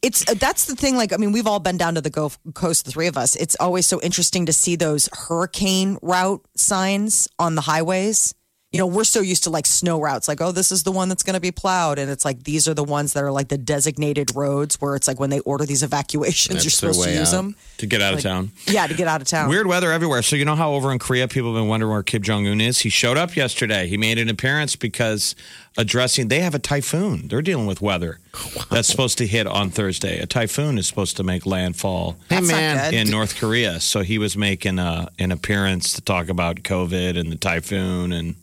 Speaker 3: it's that's the thing. Like, I mean, we've all been down to the Gulf Coast, the three of us. It's always so interesting to see those hurricane route signs on the highways you know, we're so used to like snow routes, like, oh, this is the one that's going to be plowed. And it's like, these are the ones that are like the designated roads where it's like when they order these evacuations,
Speaker 4: That's
Speaker 3: you're
Speaker 4: their
Speaker 3: supposed to
Speaker 4: way
Speaker 3: use
Speaker 4: out.
Speaker 3: them.
Speaker 5: to get out of town.
Speaker 3: Yeah, to get out of town.
Speaker 5: Weird weather everywhere. So you know how over in Korea people have been wondering where Kim Jong Un is. He showed up yesterday. He made an appearance because addressing they have a typhoon. They're dealing with weather that's supposed to hit on Thursday. A typhoon is supposed to make landfall
Speaker 4: Hey,
Speaker 3: That's not
Speaker 4: man.
Speaker 3: good.
Speaker 5: in North Korea. So he was making uh, an appearance to talk about COVID and the typhoon and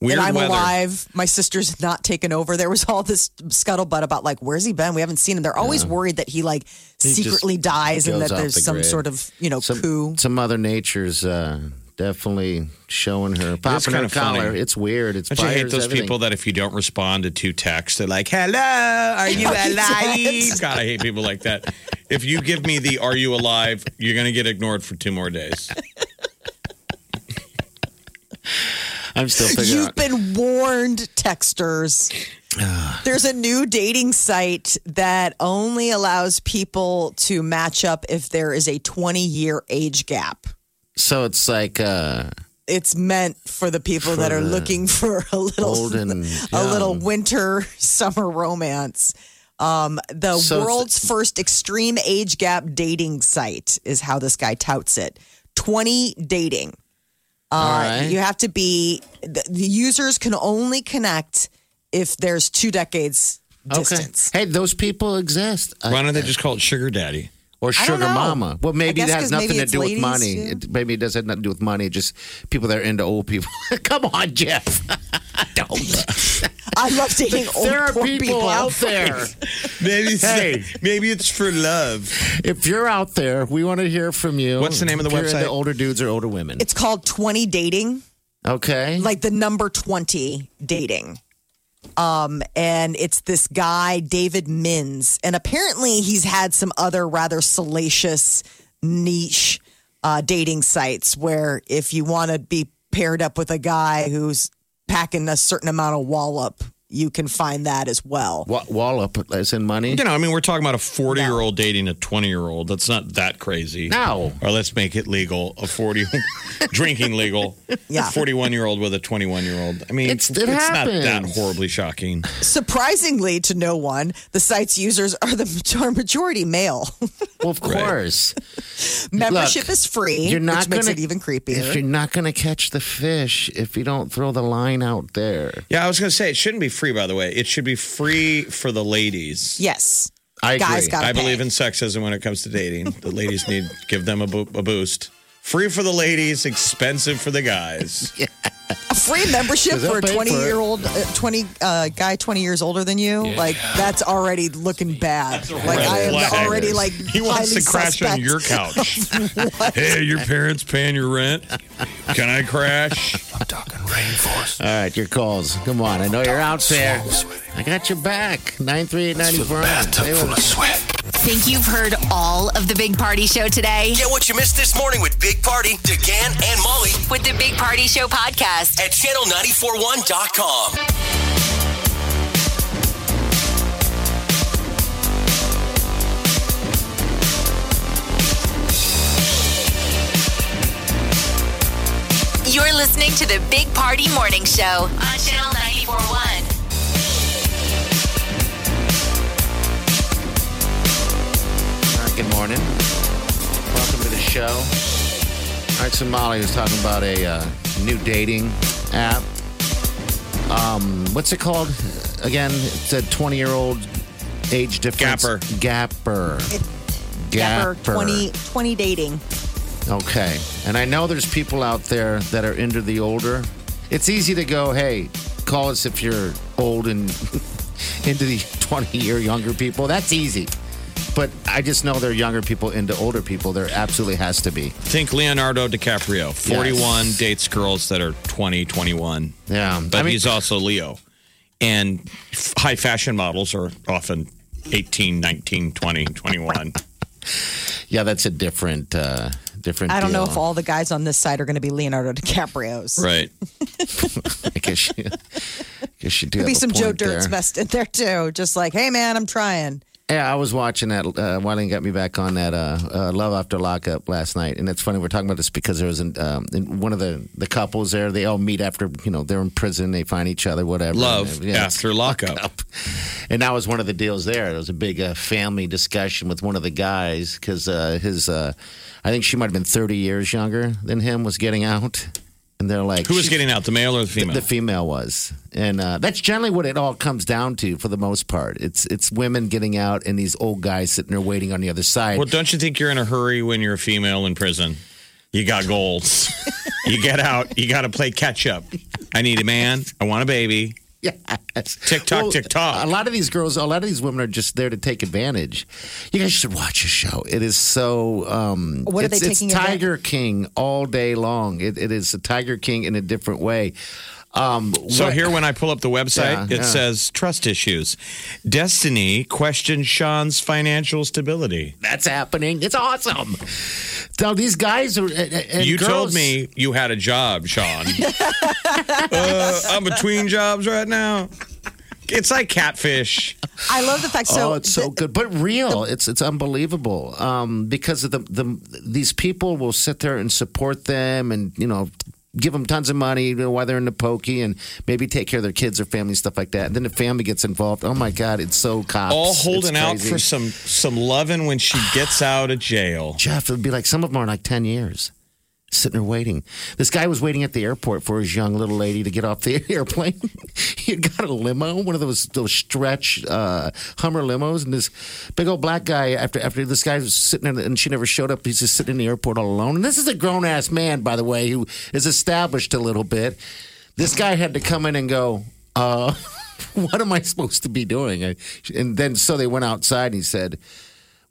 Speaker 5: weird
Speaker 3: and I'm
Speaker 5: weather.
Speaker 3: alive. My sister's not taken over. There was all this scuttlebutt about like, where's he been? We haven't seen him. They're always worried that he like
Speaker 4: just
Speaker 3: secretly dies and
Speaker 4: goes
Speaker 3: that
Speaker 4: off
Speaker 3: there's
Speaker 4: the
Speaker 3: some
Speaker 4: grid.
Speaker 3: sort of you know coup.
Speaker 4: Some, some Mother Nature's uh, definitely showing her,
Speaker 5: is
Speaker 4: popping her
Speaker 5: kinda funny.
Speaker 4: collar. It's weird. It's
Speaker 5: Don't you hate
Speaker 4: fires,
Speaker 5: those
Speaker 4: everything.
Speaker 5: people that if you don't respond to two texts, they're like, "Hello, are you alive?" God, I hate people like that. If you give me the "Are you alive," you're gonna get ignored for two more days.
Speaker 4: I'm still figuring
Speaker 3: You've
Speaker 4: out.
Speaker 3: been warned, texters. There's a new dating site that only allows people to match up if there is a 20 year age gap.
Speaker 4: so it's like uh,
Speaker 3: It's meant for the people that are looking for a little
Speaker 4: old and
Speaker 3: a little
Speaker 4: young.
Speaker 3: winter summer romance. Um, the
Speaker 4: So it's-
Speaker 3: world's first extreme age gap dating site is how this guy touts it. 20 dating.
Speaker 4: All
Speaker 3: Uh,
Speaker 4: right.
Speaker 3: You have to be, the, the users can only connect if there's two decades distance.
Speaker 4: Okay. Hey, those people exist. I-
Speaker 5: Why don't they just call it sugar daddy?
Speaker 4: or
Speaker 3: don't
Speaker 4: sugar
Speaker 3: know.
Speaker 4: mama. Well, maybe
Speaker 3: I guess
Speaker 4: that has
Speaker 3: 'cause maybe
Speaker 4: nothing to
Speaker 3: it's
Speaker 4: do with
Speaker 3: ladies,
Speaker 4: money.
Speaker 3: too.
Speaker 4: It, maybe it does have nothing to do with money. Just people that are into old people. Come on, Jeff. don't.
Speaker 3: I love dating old
Speaker 4: there are
Speaker 3: poor
Speaker 4: people, out there.
Speaker 5: Maybe it's,
Speaker 4: Hey.
Speaker 5: maybe it's for love.
Speaker 4: if you're out there, we want to hear from you.
Speaker 5: What's the name of
Speaker 4: If
Speaker 5: the
Speaker 4: you're into
Speaker 5: website?
Speaker 4: older dudes or older women.
Speaker 3: It's called 20 dating.
Speaker 4: okay.
Speaker 3: like the number 20 dating. Um, and it's this guy, David Minns. And apparently he's had some other rather salacious niche uh, dating sites where if you want to be paired up with a guy who's packing a certain amount of wallop, you can find that as well.
Speaker 4: Wa- wallop as in money.
Speaker 5: You know, I mean, we're talking about a 40 year old dating a 20 year old. That's not that crazy.
Speaker 4: No.
Speaker 5: Or let's make it legal. A 40 drinking legal.
Speaker 3: Yeah.
Speaker 5: 41 year old with a 21 year old. I mean,
Speaker 4: It's-
Speaker 5: it's,
Speaker 4: it
Speaker 5: not that
Speaker 4: happens.
Speaker 5: horribly shocking.
Speaker 3: Surprisingly to no one, the site's users are the are majority male.
Speaker 4: Well, of course.
Speaker 3: Membership
Speaker 4: Look,
Speaker 3: is free,
Speaker 4: You're not
Speaker 3: which makes
Speaker 4: gonna,
Speaker 3: it even
Speaker 4: If
Speaker 3: creepier.
Speaker 4: you're not going to catch the fish if you don't throw the line out there.
Speaker 5: Yeah, I was going to say it shouldn't be free, by the way. It should be free for the ladies.
Speaker 3: Yes.
Speaker 4: I
Speaker 3: Guys
Speaker 4: agree.
Speaker 3: gotta
Speaker 5: I
Speaker 3: pay.
Speaker 5: believe in sexism when it comes to dating. The ladies need give them a, bo- a boost. Free for the ladies, expensive for the guys.
Speaker 3: a free membership
Speaker 4: 'Cause they'll
Speaker 3: for a
Speaker 4: pay
Speaker 3: 20
Speaker 4: for it.
Speaker 3: year old uh, 20 uh, guy 20 years older than you like that's already looking bad like
Speaker 5: red
Speaker 3: i am
Speaker 5: flag.
Speaker 3: already like
Speaker 5: He wants
Speaker 3: highly
Speaker 5: to crash
Speaker 3: suspect.
Speaker 5: on your couch. hey, your parents paying your rent? Can I crash?
Speaker 4: All right, your calls. Come on. I know you're out there. I got your back. 93894.
Speaker 2: Think you've heard all of the Big Party Show today?
Speaker 1: Get what you missed this morning with Big Party, DeGan, and Molly
Speaker 2: With the Big Party Show podcast,
Speaker 1: at channel941.com.
Speaker 2: you're listening to the Big Party Morning Show on Channel 941.
Speaker 4: All right, good morning. Welcome to the show. All right, so Molly was talking about a uh, new dating app. Um, what's it called again? It's a 20 year old age difference.
Speaker 5: Gapper.
Speaker 4: Gapper.
Speaker 3: Gapper 20 20 dating
Speaker 4: Okay. And I know there's people out there that are into the older. It's easy to go, hey, call us if you're old and into the 20 year younger people. That's easy. But I just know there are younger people into older people. There absolutely has to be.
Speaker 5: Think Leonardo DiCaprio, 41,
Speaker 4: Yes.
Speaker 5: dates girls that are 20, 21.
Speaker 4: Yeah.
Speaker 5: But
Speaker 4: Um, I mean,
Speaker 5: he's also Leo. And f- high fashion models are often 18, 19, 20, 21.
Speaker 4: yeah, that's a different, uh, different.
Speaker 3: i don't know
Speaker 4: deal.
Speaker 3: if all the guys on this side are going to be leonardo dicaprio's
Speaker 5: right.
Speaker 4: I guess you, I guess you do.
Speaker 3: Could be
Speaker 4: have a
Speaker 3: some Joe
Speaker 4: point there.
Speaker 3: Dirt's vest in there too, just like, hey man, I'm trying.
Speaker 4: Yeah, I was watching that. Uh, Wileen got me back on that uh, uh, Love After Lockup last night, and it's funny we're talking about this because there was an, um, in one of the the couples there. They all meet after you know they're in prison. They find each other, whatever.
Speaker 5: Love
Speaker 4: And, yeah,
Speaker 5: after lockup.
Speaker 4: and that was one of the deals there. It was a big uh, family discussion with one of the guys because uh, his, uh, I think she might have been 30 years younger than him, was getting out. And they're like,
Speaker 5: Who was
Speaker 4: she-
Speaker 5: getting out, the male or the
Speaker 4: th-
Speaker 5: female?
Speaker 4: The female was, and uh, that's generally what it all comes down to, for the most part. It's it's women getting out and these old guys sitting there waiting on the other side.
Speaker 5: well, don't you think you're in a hurry when you're a female in prison? You got goals. you get out. You got to play catch up. I need a man. I want a baby.
Speaker 4: Yes.
Speaker 5: Tick tock, tick tock.
Speaker 4: A lot of these girls, a lot of these women are just there to take advantage. You guys should watch a show. It is so. Um,
Speaker 3: What are
Speaker 4: it's,
Speaker 3: they
Speaker 4: it's
Speaker 3: taking
Speaker 4: Tiger King all day long. It, it is a Tiger King in a different way. Um,
Speaker 5: So
Speaker 4: what-
Speaker 5: here, when I pull up the website,
Speaker 4: Yeah,
Speaker 5: it
Speaker 4: yeah.
Speaker 5: says trust issues. Destiny questions Sean's financial stability.
Speaker 4: that's happening. It's awesome. So these guys are. And and
Speaker 5: you
Speaker 4: girls,
Speaker 5: told me you had a job, Sean. uh, I'm between jobs right now. It's like catfish.
Speaker 3: I love the fact. So,
Speaker 4: oh, it's so
Speaker 3: th-
Speaker 4: good, but real. it's it's unbelievable. Um, because of the the these people will sit there and support them, and you know. Give them tons of money you know, while they're in the pokey and maybe take care of their kids or family, stuff like that. And then the family gets involved. Oh my God, it's so cops.
Speaker 5: All
Speaker 4: It's
Speaker 5: holding out
Speaker 4: crazy.
Speaker 5: for some some loving when she gets out of jail.
Speaker 4: Jeff, it'd be like some of them are in like 10 years sitting there waiting. This guy was waiting at the airport for his young little lady to get off the airplane. he had got a limo, one of those those stretch uh, Hummer limos, and this big old black guy after after this guy was sitting there and she never showed up, he's just sitting in the airport all alone. And this is a grown ass man, by the way, who is established a little bit. This guy had to come in and go, uh, what am I supposed to be doing? I, and then so they went outside and he said,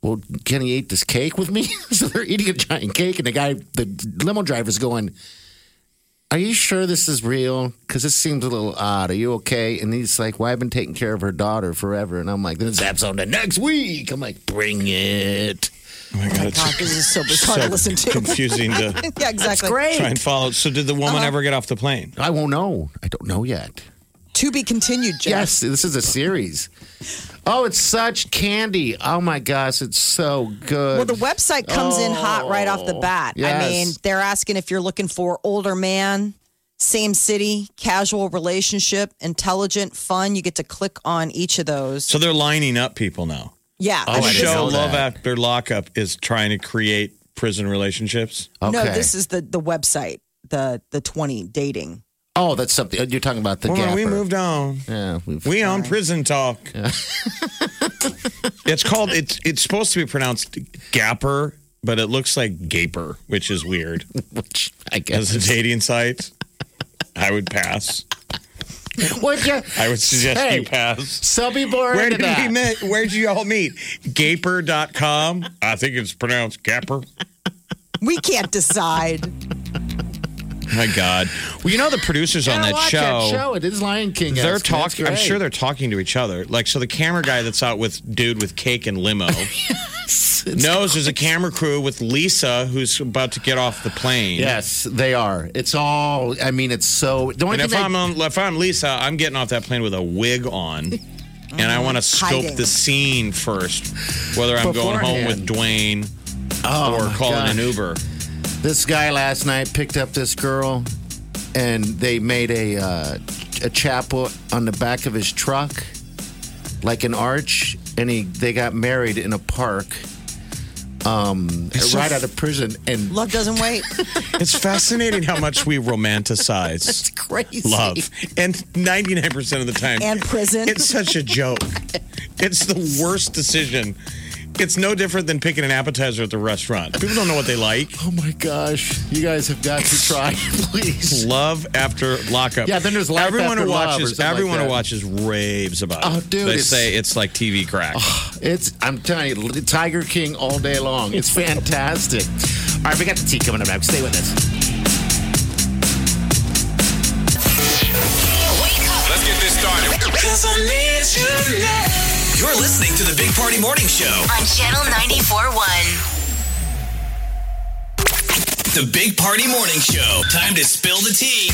Speaker 4: well, can he eat this cake with me? so they're eating a giant cake, and the guy, the limo driver's going, Are you sure this is real? Because this seems a little odd. Are you okay? And he's like, Well, I've been taking care of her daughter forever. And I'm like, Then it's episode to next week. I'm like, Bring it.
Speaker 5: Oh my god,
Speaker 3: God, this is so bizarre to listen to.
Speaker 5: confusing to
Speaker 3: yeah, exactly.
Speaker 5: try and follow. So did the
Speaker 4: Uh-huh.
Speaker 5: woman ever get off the plane?
Speaker 4: I won't know. I don't know yet.
Speaker 3: To be continued, Jeff.
Speaker 4: Yes, this is a series. Oh, it's such candy. Oh my gosh, it's so good.
Speaker 3: Well, the website comes in hot right off the bat. I
Speaker 4: Oh, yes.
Speaker 3: mean, they're asking if you're looking for older man, same city, casual relationship, intelligent, fun. You get to click on each of those.
Speaker 5: So they're lining up people now.
Speaker 3: yeah.
Speaker 4: oh, I
Speaker 5: The
Speaker 4: didn't
Speaker 5: show
Speaker 4: know that.
Speaker 5: Love After Lockup is trying to create prison relationships.
Speaker 3: No,
Speaker 4: Okay.
Speaker 3: this is the the website, the the 20 dating.
Speaker 4: oh, that's something. You're talking about the
Speaker 5: Woman,
Speaker 4: gap.
Speaker 5: we moved on.
Speaker 4: Yeah, we've,
Speaker 5: We own prison talk. it's called it's it's supposed to be pronounced gapper, but it looks like gaper, which is weird.
Speaker 4: which I guess
Speaker 5: As a dating site, I would pass.
Speaker 4: What you,
Speaker 5: I would suggest
Speaker 4: hey,
Speaker 5: you pass.
Speaker 4: Some people are
Speaker 5: Where
Speaker 4: into
Speaker 5: did we
Speaker 4: that.
Speaker 5: meet? Where'd you all meet? Gaper.com. I think it's pronounced gapper.
Speaker 3: We can't decide.
Speaker 5: My God. Well, you know the producers on
Speaker 4: Gotta
Speaker 5: that
Speaker 4: watch
Speaker 5: show.
Speaker 4: That show. It is Lion King.
Speaker 5: They're talking. I'm sure they're talking to each other. Like, so the camera guy that's out with dude with cake and limo knows there's a camera crew with Lisa who's about to get off the plane.
Speaker 4: Yes, they are. It's all. I mean, it's so. The only
Speaker 5: And
Speaker 4: thing they-
Speaker 5: if I'm on, if I'm Lisa, I'm getting off that plane with a wig on, and I want to
Speaker 4: Mm-hmm.
Speaker 5: scope
Speaker 3: hiding.
Speaker 5: the scene first, whether I'm going home with Dwayne
Speaker 4: oh
Speaker 5: or
Speaker 4: my
Speaker 5: calling
Speaker 4: gosh.
Speaker 5: an Uber.
Speaker 4: This guy last night picked up this girl, and they made a uh, a chapel on the back of his truck, like an arch, and he they got married in a park. Um, right out of prison, and
Speaker 3: Love doesn't wait.
Speaker 5: It's fascinating how much we romanticize
Speaker 4: crazy.
Speaker 5: love, and 99% of the time,
Speaker 3: And prison.
Speaker 5: It's such a joke. It's the worst decision. It's no different than picking an appetizer at the restaurant. People don't know what they like.
Speaker 4: Oh my gosh, you guys have got to try, please.
Speaker 5: Love after lockup.
Speaker 4: Yeah, then there's life
Speaker 5: everyone
Speaker 4: after
Speaker 5: who
Speaker 4: love or
Speaker 5: watches.
Speaker 4: something like
Speaker 5: everyone who
Speaker 4: that.
Speaker 5: watches raves about
Speaker 4: Oh,
Speaker 5: it.
Speaker 4: dude,
Speaker 5: they
Speaker 4: it's-
Speaker 5: say it's like TV crack.
Speaker 4: It's I'm telling you, Tiger King all day long. It's fantastic. All right, we got the tea coming up next. Stay with us.
Speaker 2: Wake up.
Speaker 7: Let's get this started.
Speaker 1: You're listening to the Big Party Morning Show.
Speaker 2: on Channel 94.1.
Speaker 1: The Big Party Morning Show. Time to spill the tea.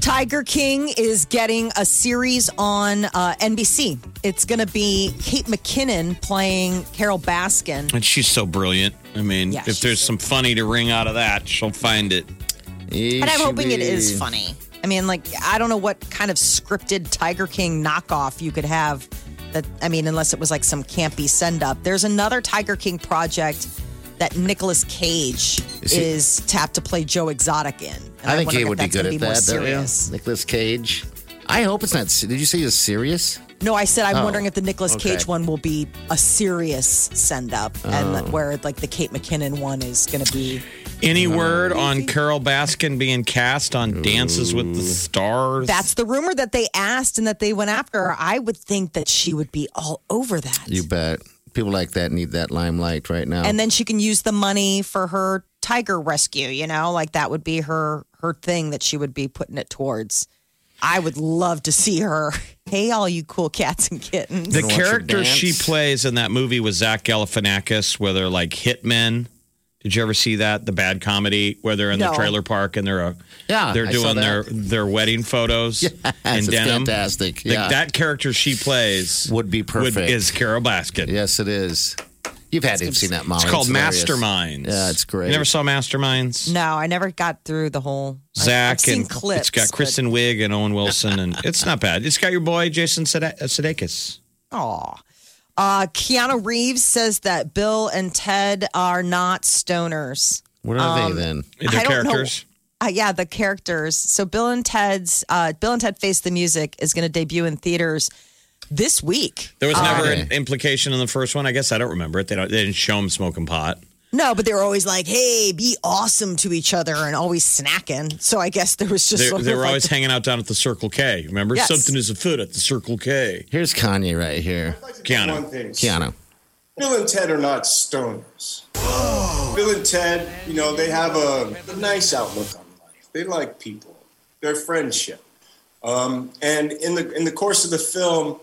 Speaker 3: Tiger King is getting a series on uh, NBC. It's going to be Kate McKinnon playing Carol Baskin.
Speaker 5: And she's so brilliant. I mean,
Speaker 3: Yeah,
Speaker 5: if
Speaker 3: she's
Speaker 5: there's some funny to wring out of that, she'll find it.
Speaker 4: E
Speaker 3: And I'm hoping it is funny. I mean, like, I don't know what kind of scripted Tiger King knockoff you could have that, I mean, unless it was like some campy send up. There's another Tiger King project that Nicolas Cage
Speaker 4: Is
Speaker 3: is,
Speaker 4: he-
Speaker 3: tapped to play Joe Exotic in. And
Speaker 4: I think
Speaker 3: wonder
Speaker 4: he
Speaker 3: if
Speaker 4: would be
Speaker 3: that's
Speaker 4: good
Speaker 3: gonna
Speaker 4: at
Speaker 3: more
Speaker 4: that. don't you?
Speaker 3: serious.
Speaker 4: Nicolas Cage. I hope it's not. se- Did you say it's serious?
Speaker 3: No, I said I'm
Speaker 4: Oh,
Speaker 3: wondering if the Nicolas
Speaker 4: okay.
Speaker 3: Cage one will be a serious send up
Speaker 4: Oh.
Speaker 3: and where like the Kate McKinnon one is going to be.
Speaker 5: Any word on Carol Baskin being cast on Dances with the Stars?
Speaker 3: That's the rumor that they asked and that they went after. her. I would think that she would be all over that.
Speaker 4: You bet. People like that need that limelight right now.
Speaker 3: and then she can use the money for her tiger rescue you know like that would be her her thing that she would be putting it towards i would love to see her hey all you cool cats and kittens
Speaker 5: the
Speaker 4: Gonna watch her
Speaker 5: character she
Speaker 4: dance.
Speaker 5: plays in that movie was Zach Galifianakis, where they're like hitmen. Did you ever see that? The bad comedy where they're in the
Speaker 3: No.
Speaker 5: trailer park and they're a,
Speaker 4: Yeah,
Speaker 5: they're
Speaker 4: I saw
Speaker 5: doing their
Speaker 4: that.
Speaker 5: their wedding photos in
Speaker 4: it's
Speaker 5: denim.
Speaker 4: fantastic.
Speaker 5: Like,
Speaker 4: Yeah.
Speaker 5: that character she plays
Speaker 4: Would be perfect.
Speaker 5: is Carol Baskin.
Speaker 4: yes, it is. You've had seen that Molly.
Speaker 5: It's called
Speaker 4: hilarious.
Speaker 5: Masterminds.
Speaker 4: Yeah, it's great.
Speaker 5: You never saw Masterminds?
Speaker 3: no i never got through the whole I-
Speaker 5: Zach
Speaker 3: I've seen
Speaker 5: and
Speaker 3: clips,
Speaker 5: it's got
Speaker 3: but-
Speaker 5: Kristen Wiig and Owen Wilson, and it's not bad. It's got your boy Jason Sude- Sudeikis.
Speaker 3: Aw. Uh, Keanu Reeves says that Bill and Ted are not stoners.
Speaker 4: What are
Speaker 3: Um,
Speaker 4: they then?
Speaker 5: Their
Speaker 3: I don't know.
Speaker 5: characters.
Speaker 3: Uh, yeah, the characters. So Bill and Ted's uh, Bill and Ted Face the Music is going to debut in theaters this week.
Speaker 5: There was never
Speaker 4: Okay.
Speaker 5: an implication in the first one. I guess I don't remember it. They, don't, they didn't show him smoking pot.
Speaker 3: No, but they were always like, "Hey, be awesome to each other," and always snacking. So I guess there was just
Speaker 5: They,
Speaker 3: sort
Speaker 5: they
Speaker 3: of
Speaker 5: were
Speaker 3: like
Speaker 5: always hanging out down at the Circle K. Remember,
Speaker 3: Yes.
Speaker 5: something is afoot at the Circle K.
Speaker 4: Here's Kanye right here.
Speaker 5: Keanu.
Speaker 7: One thing.
Speaker 4: Keanu.
Speaker 7: Bill and Ted are not stoners. Bill and Ted, you know, they have a, a nice outlook on life. They like people, their friendship. Um, and in the in the course of the film,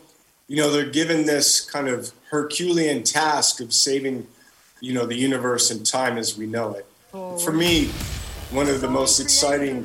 Speaker 7: you know, they're given this kind of Herculean task of saving, you know, the universe and time as we know it. For me, one of the most exciting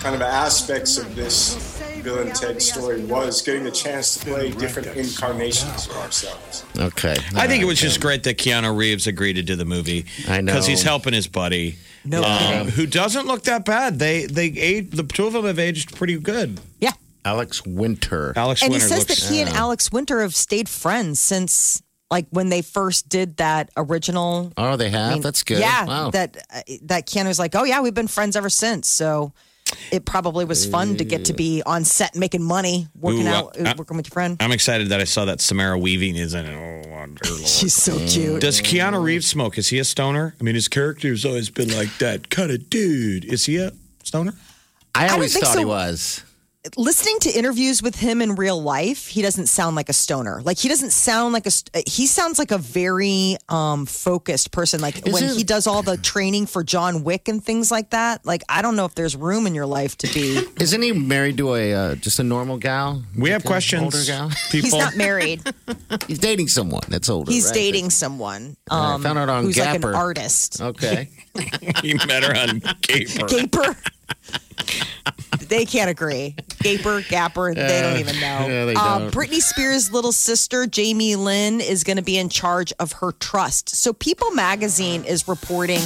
Speaker 7: kind of aspects of this Bill and Ted story was getting the chance to play different incarnations of ourselves.
Speaker 4: Okay.
Speaker 5: I think it was just great that Keanu Reeves agreed to do the movie.
Speaker 4: I know.
Speaker 5: because he's helping his buddy,
Speaker 3: No
Speaker 5: um, who doesn't look that bad. They they age, the two of them have aged pretty good.
Speaker 3: yeah.
Speaker 4: Alex Winter.
Speaker 5: Alex
Speaker 3: And he
Speaker 5: Winter
Speaker 3: says
Speaker 5: looks.
Speaker 3: that he and Alex Winter have stayed friends since like when they first did that original.
Speaker 4: Oh, they have.
Speaker 3: I mean,
Speaker 4: That's good.
Speaker 3: Yeah,
Speaker 4: Wow.
Speaker 3: that uh, that Keanu's like, oh yeah, we've been friends ever since. So it probably was fun to get to be on set making money, working
Speaker 5: Ooh, uh,
Speaker 3: out, uh,
Speaker 5: uh,
Speaker 3: working with your friend.
Speaker 5: I'm excited that I saw that Samara Weaving is in it. Oh, wonder Lord.
Speaker 3: She's so
Speaker 4: Mm.
Speaker 3: cute.
Speaker 5: Does Keanu Reeves smoke? Is he a stoner? I mean, his character's always been like that kind of dude. Is he a stoner?
Speaker 4: I
Speaker 3: don't
Speaker 4: always
Speaker 3: think
Speaker 4: thought he
Speaker 3: so.
Speaker 4: was.
Speaker 3: listening to interviews with him in real life, he doesn't sound like a stoner. Like he doesn't sound like a st- uh, he sounds like a very um focused person. Like when
Speaker 4: Isn't-
Speaker 3: he does all the training for John Wick and things like that. Like I don't know if there's room in your life to be.
Speaker 4: Isn't he married to a uh, just a normal gal?
Speaker 5: We have
Speaker 4: Like an Older
Speaker 5: questions.
Speaker 4: gal.
Speaker 3: He's
Speaker 5: People,
Speaker 3: not married.
Speaker 4: He's dating someone that's older.
Speaker 3: He's
Speaker 4: right?
Speaker 3: dating someone.
Speaker 4: I
Speaker 3: Um,
Speaker 4: found out on
Speaker 3: who's like an
Speaker 4: Gapper.
Speaker 3: artist.
Speaker 4: Okay.
Speaker 5: he met her on Gaper.
Speaker 3: Gaper. they can't agree. Gaper, Gapper, they don't even know.
Speaker 4: Uh,
Speaker 3: Uh,
Speaker 4: yeah, they don't.
Speaker 3: Britney Spears' little sister, Jamie Lynn, is going to be in charge of her trust. So, People magazine is reporting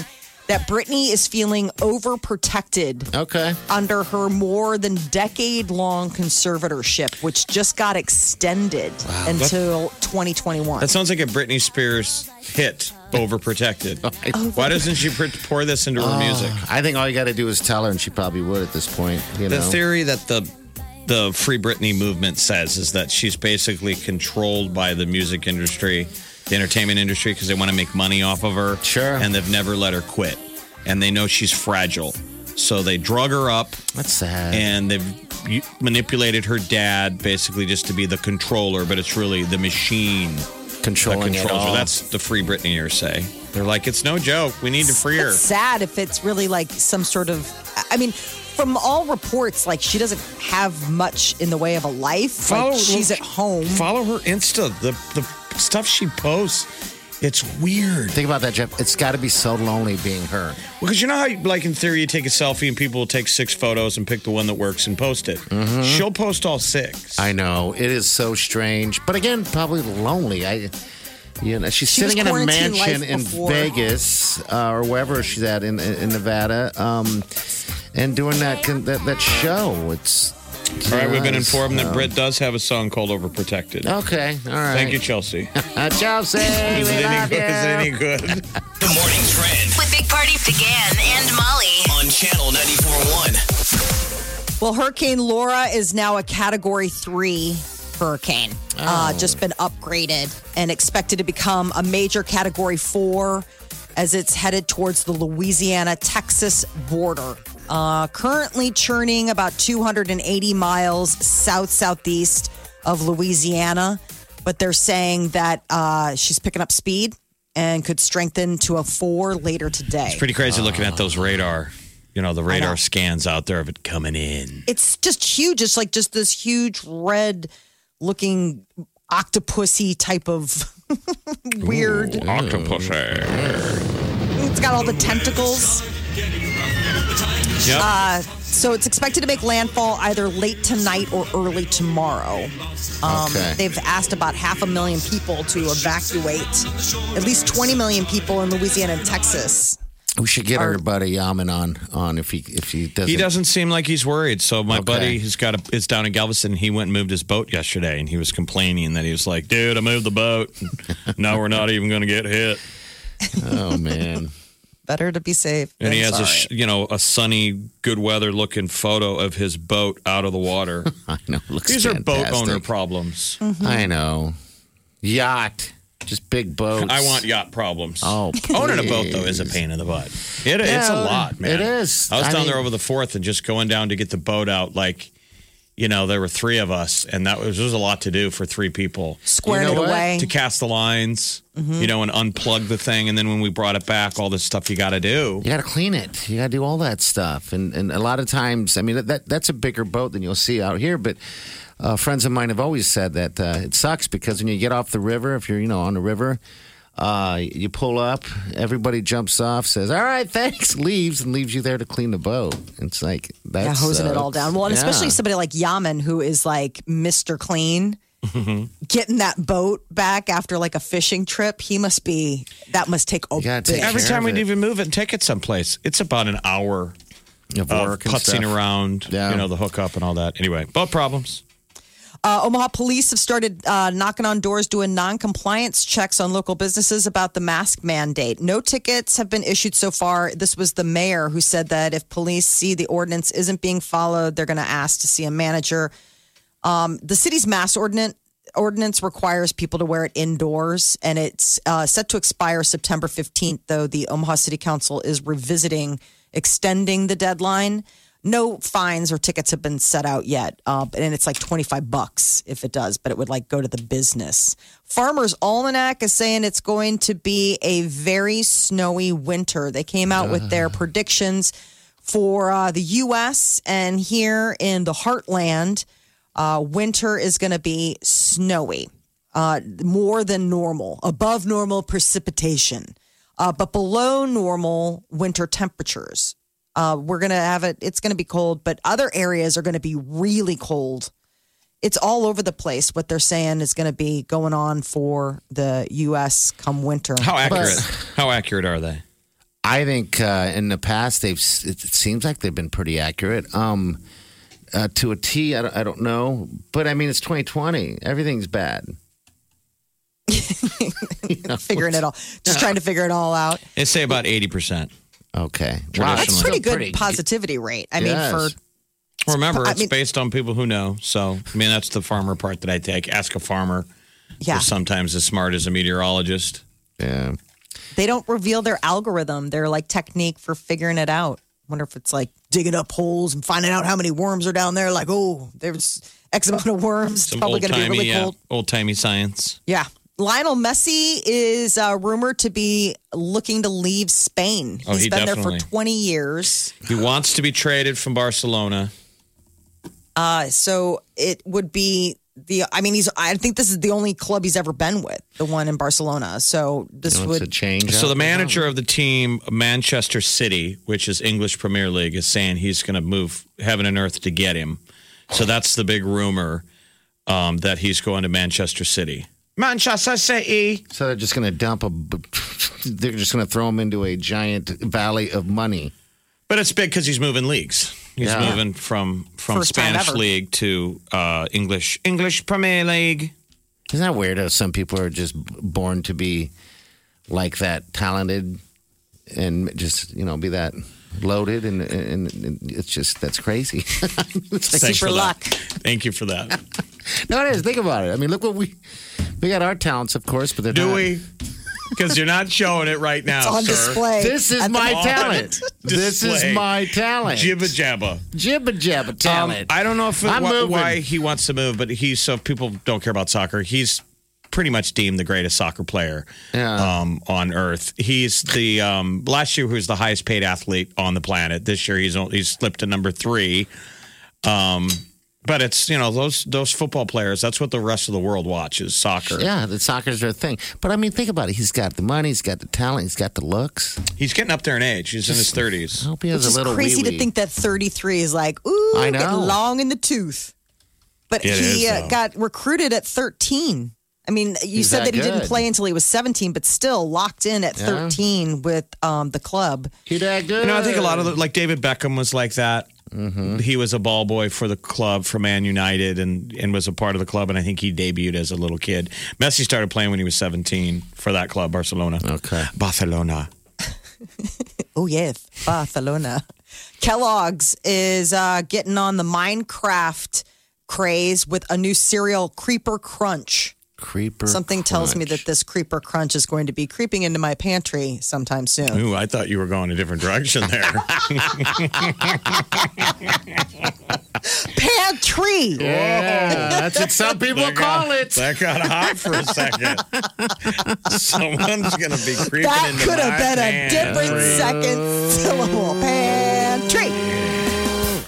Speaker 3: that Britney is feeling overprotected
Speaker 4: Okay.
Speaker 3: under her more than decade long conservatorship, which just got extended until 2021.
Speaker 5: That sounds like a Britney Spears hit, Overprotected.
Speaker 3: Oh,
Speaker 5: Why doesn't she pr- pour this into
Speaker 4: Oh.
Speaker 5: her music?
Speaker 4: I think all you got to do is tell her, and she probably would at this point. You know.
Speaker 5: The theory that the the Free Britney movement says is that she's basically controlled by the music industry, the entertainment industry, because they want to make money off of her.
Speaker 4: Sure.
Speaker 5: And they've never let her quit. And they know she's fragile. So they drug her up
Speaker 4: That's sad.
Speaker 5: and they've u- manipulated her dad basically just to be the controller, but it's really the machine that
Speaker 4: Controlling it
Speaker 5: controls her.
Speaker 4: all.
Speaker 5: That's the Free Britney or say. They're like, it's no joke. We need to free her.
Speaker 3: It's sad if it's really like some sort of. I mean, from all reports, like she doesn't have much in the way of a life.
Speaker 5: Follow-
Speaker 3: like she's at home.
Speaker 5: Follow her Insta. The the stuff she posts It's weird.
Speaker 4: Think about that, Jeff. It's got to be so lonely being her.
Speaker 5: Because you know how, like in theory, you take a selfie and people will take six photos and pick the one that works and post it. She'll post all six.
Speaker 4: I know it is so strange, but again, probably lonely. I, you know, she's
Speaker 3: She was
Speaker 4: sitting in a
Speaker 3: quarantined
Speaker 4: mansion
Speaker 3: life
Speaker 4: in
Speaker 3: before.
Speaker 4: Vegas uh, or wherever she's at in in Nevada, um, and doing that con- that that show. It's
Speaker 5: all right, we've been
Speaker 4: Yes.
Speaker 5: informed that Britt does have a song called Overprotected.
Speaker 4: Okay, all right.
Speaker 5: Thank you, Chelsea.
Speaker 4: uh, Chelsea.
Speaker 5: Is
Speaker 4: we
Speaker 5: it any
Speaker 4: love
Speaker 5: good? Is it
Speaker 4: you.
Speaker 5: any good?
Speaker 1: The morning trend
Speaker 2: With Big Party began and Molly.
Speaker 1: on channel 94.1.
Speaker 3: Well, Hurricane Laura is now a Category 3 hurricane, uh, just been upgraded and expected to become a major Category 4 as it's headed towards the Louisiana Texas border. Uh, currently churning about 280 miles south southeast of Louisiana, but they're saying that uh, she's picking up speed and could strengthen to a four later today.
Speaker 5: Pretty crazy looking at those radar. You know, the radar scans out there of it coming in.
Speaker 3: it's just huge. It's like just this huge red looking octopusy type of weird.
Speaker 5: Octopus.
Speaker 3: It's got all the tentacles. Uh,
Speaker 5: Yep.
Speaker 3: So it's expected to make landfall either late tonight or early tomorrow. Um,
Speaker 4: Okay.
Speaker 3: They've asked about half a million people to evacuate, at least 20 million people in Louisiana and Texas.
Speaker 4: We should get our buddy Yaman on on if he if he doesn't.
Speaker 5: He doesn't seem like he's worried. So my
Speaker 4: Okay.
Speaker 5: buddy, who's got a, is down in Galveston. He went and moved his boat yesterday, and he was complaining that he was like, "Dude, I moved the boat. no, we're not even going to get hit."
Speaker 4: Oh man.
Speaker 3: Better to be safe.
Speaker 5: And
Speaker 3: than
Speaker 5: he has
Speaker 3: sorry.
Speaker 5: a sh- you know a sunny, good weather looking photo of his boat out of the water.
Speaker 4: I know. it Looks
Speaker 5: These are boat
Speaker 4: fantastic.
Speaker 5: owner problems.
Speaker 4: I know. Yacht, just big boats.
Speaker 5: I want yacht problems.
Speaker 4: Oh,
Speaker 5: Owning a boat though
Speaker 4: please.
Speaker 5: is a pain in the butt. It, it's
Speaker 4: Yeah,
Speaker 5: a lot, man.
Speaker 4: it is.
Speaker 5: I was
Speaker 4: I
Speaker 5: down
Speaker 4: mean-
Speaker 5: there over the fourth and just going down to get the boat out. Like, you know, there were three of us, and that was there was a lot to do for three people.
Speaker 3: squared
Speaker 4: You know
Speaker 3: it
Speaker 4: what? Mm-hmm.
Speaker 3: away.
Speaker 5: to cast the lines, you know, and unplug the thing. And then when we brought it back, all this stuff you got to do.
Speaker 4: You got to clean it. You got to do all that stuff. And and a lot of times, I mean, that that's a bigger boat than you'll see out here. But uh, friends of mine have always said that uh, it sucks because when you get off the river, if you're you know on the river. Uh, you pull up, everybody jumps off, says, "All right, thanks," leaves, and leaves you there to clean the boat. It's like that's uh,
Speaker 3: yeah, hosing it all down. Well, and especially somebody like Yaman, who is like Mr. Clean,
Speaker 4: Mm-hmm.
Speaker 3: getting that boat back after like a fishing trip, he must be, that must take a
Speaker 4: gotta
Speaker 3: bit.
Speaker 4: take
Speaker 5: Every
Speaker 4: Sure
Speaker 5: time we'd
Speaker 4: that-
Speaker 5: even move it and take it someplace, it's about an hour
Speaker 4: of
Speaker 5: of
Speaker 4: work and
Speaker 5: putzing
Speaker 4: stuff.
Speaker 5: around,
Speaker 4: Yeah.
Speaker 5: you know, the hookup and all that. Anyway, boat problems.
Speaker 3: Uh, Omaha police have started uh, knocking on doors, doing non compliance checks on local businesses about the mask mandate. No tickets have been issued so far. This was the mayor who said that if police see the ordinance isn't being followed, they're going to ask to see a manager. Um, the city's mask ordinance. Ordinance requires people to wear it indoors, and it's uh, set to expire September 15th. Though the Omaha City Council is revisiting extending the deadline. No fines or tickets have been set out yet, uh, and it's like 25 bucks if it does, but it would like go to the business. Farmers Almanac is saying it's going to be a very snowy winter. They came out with their predictions for uh, the U.S. and here in the heartland. Uh, winter is going to be snowy, uh, more than normal, above normal precipitation, uh, but below normal winter temperatures. Uh, we're going to have it, it's going to be cold, but other areas are going to be really cold. It's all over the place what they're saying is going to be going on for the U.S. come winter.
Speaker 5: How accurate? How accurate are they?
Speaker 4: I think uh, in the past they've it seems like they've been pretty accurate. Um, uh, to a T, I don't, I don't know, but I mean it's 2020. Everything's bad.
Speaker 3: figuring it all, just trying to figure it all out.
Speaker 5: They say about 80%.
Speaker 4: Okay,
Speaker 3: That's
Speaker 5: That's
Speaker 3: pretty good
Speaker 4: Pretty
Speaker 3: positivity rate. I
Speaker 4: Yes.
Speaker 3: mean, for
Speaker 5: Remember,
Speaker 3: I
Speaker 5: it's
Speaker 3: mean-
Speaker 5: based on people who know. So, I mean, that's the farmer part that I take. Ask a farmer
Speaker 3: yeah,
Speaker 5: who's sometimes as smart as a meteorologist.
Speaker 4: yeah.
Speaker 3: they don't reveal their algorithm, their like technique for figuring it out. Wonder if it's like digging up holes and finding out how many worms are down there. Like, oh, there's X amount of worms. It's
Speaker 5: Some
Speaker 3: probably
Speaker 5: old
Speaker 3: going to be
Speaker 5: timey,
Speaker 3: really cold.
Speaker 5: old timey science.
Speaker 3: Yeah. Lionel Messi is uh, rumored to be looking to leave Spain. He's
Speaker 5: Oh, he
Speaker 3: been there
Speaker 5: definitely-
Speaker 3: for 20 years.
Speaker 5: He wants to be traded from Barcelona.
Speaker 3: Uh, so it would be the I mean he's I think this is the only club he's ever been with, the one in Barcelona. So this
Speaker 4: You know, it's a
Speaker 3: would
Speaker 4: change.
Speaker 5: So
Speaker 4: out
Speaker 5: the
Speaker 4: there.
Speaker 5: manager of the team, Manchester City, which is English Premier League, is saying he's going to move heaven and earth to get him. So that's the big rumor um, that he's going to Manchester City. Manchester City.
Speaker 4: So they're just going to dump a. They're just going to throw him into a giant valley of money.
Speaker 5: But it's big because he's moving leagues. He's
Speaker 4: Yeah.
Speaker 5: moving from from
Speaker 3: First time
Speaker 5: Spanish
Speaker 3: ever.
Speaker 5: league to uh, English English Premier League.
Speaker 4: Isn't that weird? How some people are just born to be like that, talented, and just you know be that loaded, and and, and it's just that's crazy. It's like-
Speaker 5: Thanks
Speaker 3: super
Speaker 5: for that.
Speaker 3: luck.
Speaker 5: Thank you for that.
Speaker 4: no, it is. Think about it. I mean, look what we we got our talents, of course, but they're
Speaker 5: Do
Speaker 4: not-
Speaker 5: we? Because you're not showing it right now,
Speaker 3: on
Speaker 5: sir.
Speaker 3: display.
Speaker 4: This is
Speaker 3: at the-
Speaker 4: my
Speaker 5: On
Speaker 4: talent. This
Speaker 5: display.
Speaker 4: is my talent.
Speaker 5: Jibba jabba.
Speaker 4: Jibba jabba
Speaker 5: Um,
Speaker 4: talent.
Speaker 5: I don't know if
Speaker 4: I'm
Speaker 5: wh-
Speaker 4: moving.
Speaker 5: why he wants to move, but he's so if people don't care about soccer. He's pretty much deemed the greatest soccer player
Speaker 4: Yeah.
Speaker 5: um, on earth. He's the um, last year he was the highest paid athlete on the planet. This year he's on- he's slipped to number three. Um, but it's you know those those football players. That's what the rest of the world watches soccer.
Speaker 4: yeah, the soccer's their thing. But I mean, think about it. He's got the money. He's got the talent. He's got the looks.
Speaker 5: He's getting up there in age. He's in his
Speaker 4: I
Speaker 5: thirties.
Speaker 4: hope he has
Speaker 3: It's
Speaker 4: a
Speaker 3: just
Speaker 4: little
Speaker 3: crazy to
Speaker 4: wee-wee.
Speaker 3: think that 33 is like, ooh,
Speaker 4: I
Speaker 3: get
Speaker 4: know.
Speaker 3: long in the tooth. But
Speaker 5: It
Speaker 3: he
Speaker 5: is,
Speaker 3: uh,
Speaker 5: though.
Speaker 3: got recruited at 13. I mean, you
Speaker 4: He's
Speaker 3: said that,
Speaker 4: that
Speaker 3: he didn't
Speaker 4: good.
Speaker 3: play until he was 17, but still locked in at 13 with um, the club.
Speaker 4: He that good.
Speaker 5: You know, I think a lot of the, like David Beckham was like that.
Speaker 4: Mm-hmm.
Speaker 5: He was a ball boy for the club for Man United and and was a part of the club. And I think he debuted as a little kid. Messi started playing when he was 17 for that club, Barcelona.
Speaker 4: Okay.
Speaker 5: Barcelona.
Speaker 3: Oh, yes, Barcelona. Kellogg's is uh, getting on the Minecraft craze with a new cereal, Creeper Crunch.
Speaker 4: creeper.
Speaker 3: Something tells me
Speaker 4: crunch.
Speaker 3: that this Creeper Crunch is going to be creeping into my pantry sometime soon.
Speaker 5: Ooh, I thought you were going a different direction there.
Speaker 3: Pantry!
Speaker 4: Yeah, that's what some people
Speaker 5: That got-
Speaker 4: call it.
Speaker 5: That got hot for a second. Someone's gonna be creeping
Speaker 3: That
Speaker 5: into
Speaker 3: could
Speaker 5: my
Speaker 3: have been a
Speaker 5: pants.
Speaker 3: different second syllable. Pantry.
Speaker 4: All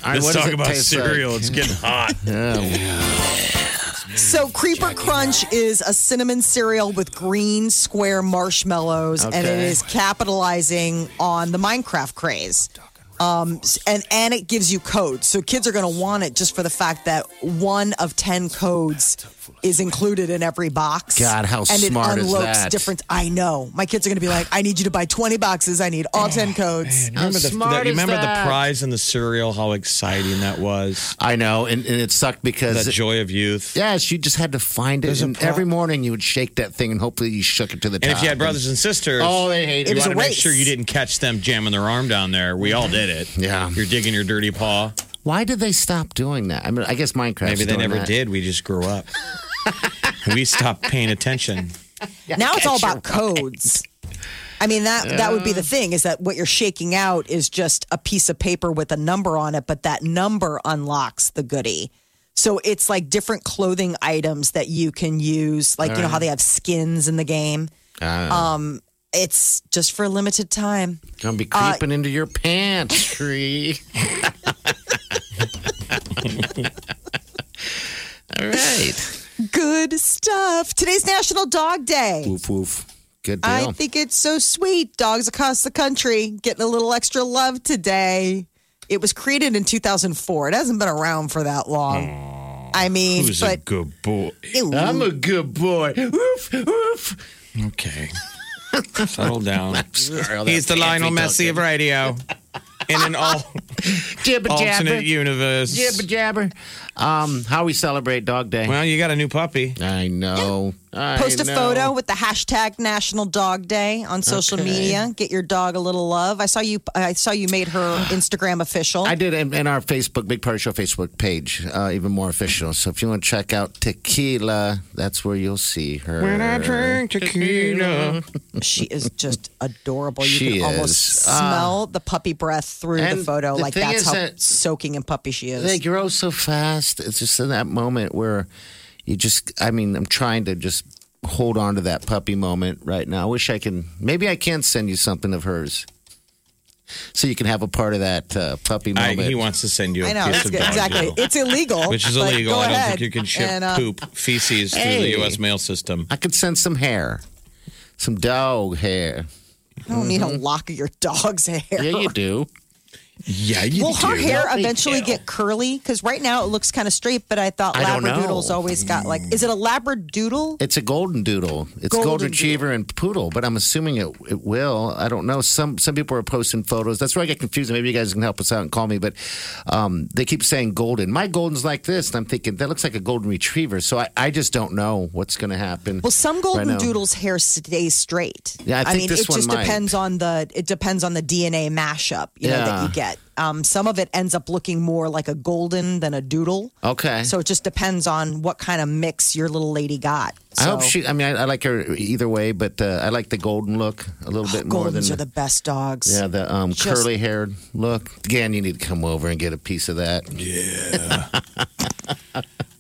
Speaker 4: right,
Speaker 5: Let's
Speaker 4: what does
Speaker 5: talk
Speaker 4: it
Speaker 5: about
Speaker 4: taste like?
Speaker 5: cereal. It's getting hot.
Speaker 3: So, Creeper Crunch is a cinnamon cereal with green square marshmallows, and it
Speaker 4: Okay.
Speaker 3: is capitalizing on the Minecraft craze. Um, s- and and it gives you codes, so kids are going to want it just for the fact that one of ten codes is included in every box.
Speaker 4: God, how
Speaker 3: and
Speaker 4: smart
Speaker 3: it
Speaker 4: is
Speaker 3: unlocks
Speaker 4: that?
Speaker 3: different. I know my kids are going to be like, I need you to buy twenty boxes. I need all ten codes.
Speaker 4: How
Speaker 5: Remember the,
Speaker 4: smart
Speaker 5: that- you
Speaker 4: is
Speaker 5: remember
Speaker 4: that?
Speaker 5: the prize in the cereal? How exciting that was!
Speaker 4: I know, and, and it sucked because
Speaker 5: That joy of youth.
Speaker 4: yes, you just had to find it.
Speaker 5: There's a
Speaker 4: And
Speaker 5: pro-
Speaker 4: every morning you would shake that thing, and hopefully you shook it to the top.
Speaker 5: And if you had brothers and sisters,
Speaker 4: oh, they hated
Speaker 5: you
Speaker 4: it.
Speaker 3: was
Speaker 5: want
Speaker 3: a
Speaker 5: to make
Speaker 3: race.
Speaker 5: sure you didn't catch them jamming their arm down there. We all did it.
Speaker 4: Yeah.
Speaker 5: you're digging your dirty paw.
Speaker 4: Why did they stop doing that? I mean, I guess Minecraft.
Speaker 5: Maybe they never did. We just grew up. we stopped paying attention.
Speaker 3: now it's all about codes. I mean that that would be the thing is that what you're shaking out is just a piece of paper with a number on it, but that number unlocks the goodie. So it's like different clothing items that you can use, like you know how they have skins in the game. Um, it's just for a limited time.
Speaker 4: Gonna be
Speaker 3: Uh,
Speaker 4: creeping into your pantry. All right.
Speaker 3: Good stuff. Today's National Dog Day.
Speaker 4: Woof woof. Good deal.
Speaker 3: I think it's so sweet. Dogs across the country getting a little extra love today. It was created in 2004. It hasn't been around for that long. I mean, but
Speaker 5: good boy?
Speaker 4: I'm a good boy. Woof woof.
Speaker 5: Okay, settle down.
Speaker 4: Sorry, all that
Speaker 5: He's the Lionel
Speaker 4: fancy
Speaker 5: Messi of radio in an all
Speaker 4: talking. Jibba
Speaker 5: alternate
Speaker 4: jabber.
Speaker 5: universe.
Speaker 4: Jibba jabber. Um, how we celebrate Dog Day?
Speaker 5: Well, you got a new puppy.
Speaker 4: I know. I
Speaker 3: post a
Speaker 4: know.
Speaker 3: photo with the hashtag National Dog Day on social
Speaker 4: Okay.
Speaker 3: media. Get your dog a little love. I saw you. I saw you made her Instagram official.
Speaker 4: I did in, in our Facebook, Big Party Show Facebook page, uh, even more official. So if you want to check out Tequila, that's where you'll see her.
Speaker 5: tequila.
Speaker 3: she is just adorable. You
Speaker 4: She
Speaker 3: can almost
Speaker 4: is. Ah.
Speaker 3: smell the puppy breath through the
Speaker 4: and
Speaker 3: photo.
Speaker 4: the
Speaker 3: like
Speaker 4: thing
Speaker 3: that's
Speaker 4: is
Speaker 3: how
Speaker 4: that-
Speaker 3: soaking in puppy she is.
Speaker 4: They grow so fast. It's just in that moment where you just, I mean, I'm trying to just hold on to that puppy moment right now. I wish I can, maybe I can send you something of hers. so you can have a part of that uh, puppy
Speaker 5: I,
Speaker 4: moment.
Speaker 5: he wants to send you a
Speaker 3: I know.
Speaker 5: piece
Speaker 3: It's
Speaker 5: of
Speaker 3: good.
Speaker 5: dog
Speaker 3: Exactly.
Speaker 5: doodle,
Speaker 3: It's illegal.
Speaker 5: which is
Speaker 3: Oh, but
Speaker 5: illegal.
Speaker 3: Go
Speaker 5: I don't
Speaker 3: ahead.
Speaker 5: think you can ship
Speaker 3: And, uh,
Speaker 5: poop feces through
Speaker 4: Hey.
Speaker 5: the U.S. mail system.
Speaker 4: I could send some hair, some dog hair.
Speaker 3: I don't need a lock of your dog's hair.
Speaker 4: Mm-hmm. Yeah, you do.
Speaker 5: Yeah, you
Speaker 3: Will her hair uh,
Speaker 4: Don't they
Speaker 3: eventually
Speaker 4: do?
Speaker 3: get curly? Because right now it looks kind of straight, but I thought
Speaker 4: I don't know.
Speaker 3: labradoodles always got like. Is it a labradoodle?
Speaker 4: It's a golden doodle. It's golden,
Speaker 3: Golden
Speaker 4: retriever and poodle, but I'm assuming it it will. I don't know. Some some people are posting photos. That's where I get confused. Maybe you guys can help us out and call me. But um, they keep saying golden. My golden's like this, and I'm thinking that looks like a golden retriever. So I, I just don't know what's going to happen.
Speaker 3: Well, some golden
Speaker 4: right now.
Speaker 3: doodles hair stays straight.
Speaker 4: Yeah, I think
Speaker 3: mean,
Speaker 4: this
Speaker 3: it
Speaker 4: one
Speaker 3: just
Speaker 4: might.
Speaker 3: depends on the it depends on the DNA mashup you know that
Speaker 4: Yeah.
Speaker 3: you get. Um, some of it ends up looking more like a golden than a doodle.
Speaker 4: Okay.
Speaker 3: So it just depends on what kind of mix your little lady got.
Speaker 4: I hope
Speaker 3: So,
Speaker 4: she. I mean, I, I like her either way, but uh, I like the golden look a little bit more than
Speaker 3: Goldens Oh, are the best dogs.
Speaker 4: yeah the um,
Speaker 3: Just-
Speaker 4: curly haired look. Again, you need to come over and get a piece of that.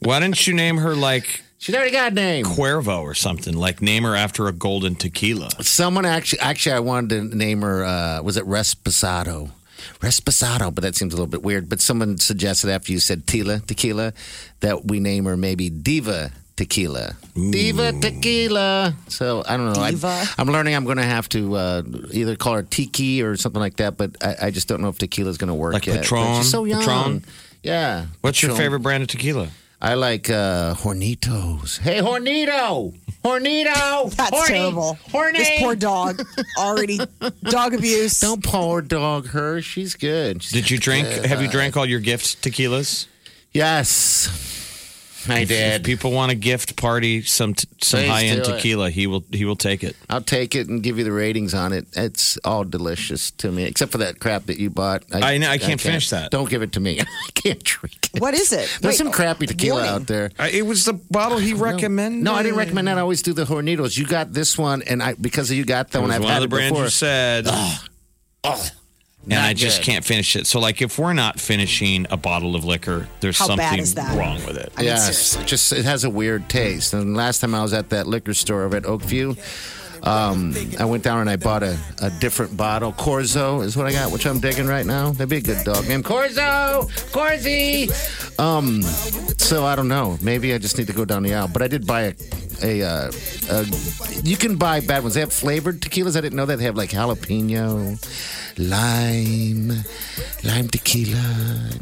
Speaker 5: Why didn't you name her like
Speaker 4: She's already got a name.
Speaker 5: Cuervo or something? Like name her after a golden tequila.
Speaker 4: Someone actually, actually, I wanted to name her. Uh, was it Resposado? Resposado, but that seems a little bit weird. But someone suggested after you said Tila Tequila that we name her maybe Diva Tequila. Diva Tequila. So I don't know.
Speaker 3: Diva.
Speaker 4: I, am learning. I'm going to have to uh, either call her Tiki or something like that. But I, I just don't know if tequila is going to work
Speaker 5: Like
Speaker 4: yet. But
Speaker 5: Patron?
Speaker 4: She's so young.
Speaker 5: Patron?
Speaker 4: Yeah.
Speaker 5: What's your
Speaker 4: Patron.
Speaker 5: favorite brand of tequila?
Speaker 4: I like uh, Hornitos. Hey, Hornito! Hornito!
Speaker 3: That's
Speaker 4: Horny!
Speaker 3: terrible.
Speaker 4: Horny!
Speaker 3: This poor dog already dog abuse.
Speaker 4: Don't poor dog her. She's good. She's
Speaker 5: Did you drink?
Speaker 4: good.
Speaker 5: Have you drank all your gift tequilas?
Speaker 4: Yes. I
Speaker 5: If-
Speaker 4: did.
Speaker 5: If people want to gift party some t- some
Speaker 4: Please
Speaker 5: high end
Speaker 4: do it.
Speaker 5: tequila, he will he will take it.
Speaker 4: I'll take it and give you the ratings on it. It's all delicious to me, except for that crap that you bought.
Speaker 5: I know, I can't finish that.
Speaker 4: Don't give it to me. I can't drink it.
Speaker 3: What is it?
Speaker 4: There's
Speaker 3: Wait,
Speaker 4: some crappy tequila
Speaker 3: warning.
Speaker 4: out there.
Speaker 5: it was the bottle he recommended.
Speaker 4: No, I didn't recommend that. I always do the Hornitos. You got this one, and I because you got that
Speaker 5: It
Speaker 4: one,
Speaker 5: was
Speaker 4: I've
Speaker 5: one
Speaker 4: had
Speaker 5: of the
Speaker 4: it
Speaker 5: brands
Speaker 4: before.
Speaker 5: you said,
Speaker 4: Oh,
Speaker 5: and I
Speaker 4: not
Speaker 5: just
Speaker 4: good.
Speaker 5: can't finish it. So, like, if we're not finishing a bottle of liquor, there's
Speaker 3: How bad
Speaker 5: something
Speaker 3: is that?
Speaker 5: wrong with it.
Speaker 3: mean,
Speaker 4: yes,
Speaker 3: seriously.
Speaker 4: just it has a weird taste. And last time I was at that liquor store over at Oakview, um, I went down and I bought a, a different bottle. Corzo is what I got, which I'm digging right now. That'd be a good dog name, Corzo, Corzi. Um, so I don't know. Maybe I just need to go down the aisle. But I did buy a. A, uh, a, you can buy bad ones. They have flavored tequilas. I didn't know that. They have like jalapeno, lime, lime tequila,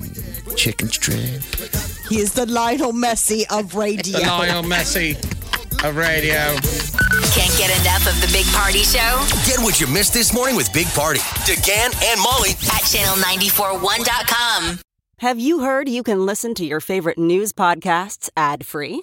Speaker 4: and chicken strip.
Speaker 3: He is the Lionel Messi of radio.
Speaker 5: Messi of radio.
Speaker 2: Can't get enough of the Big Party Show
Speaker 1: Get what you missed this morning with Big Party. DeGan and Molly
Speaker 2: at channel941.com.
Speaker 8: Have you heard you can listen to your favorite news podcasts ad free?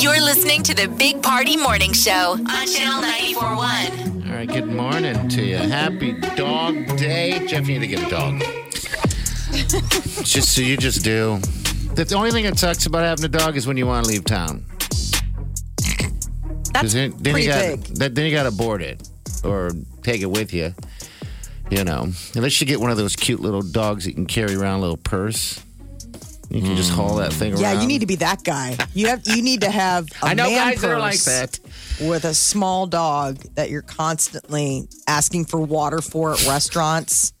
Speaker 2: You're listening to the Big Party Morning Show on Channel 941.
Speaker 4: All right, good morning to you. Happy dog day. Jeff, you need to get a dog. just so you just do. The the only thing that sucks about having a dog is when you want to leave town. 'Cause
Speaker 3: That's
Speaker 4: then, then
Speaker 3: pretty
Speaker 4: you gotta,
Speaker 3: big.
Speaker 4: that- then you got to board it or take it with you. You know, unless you get one of those cute little dogs that you can carry around a little purse. You can just haul that thing around.
Speaker 3: Mm. Yeah, you need to be that guy. You have you need to have a
Speaker 4: I know
Speaker 3: man
Speaker 4: guys that are like
Speaker 3: purse
Speaker 4: that.
Speaker 3: with a small dog that you're constantly asking for water for at restaurants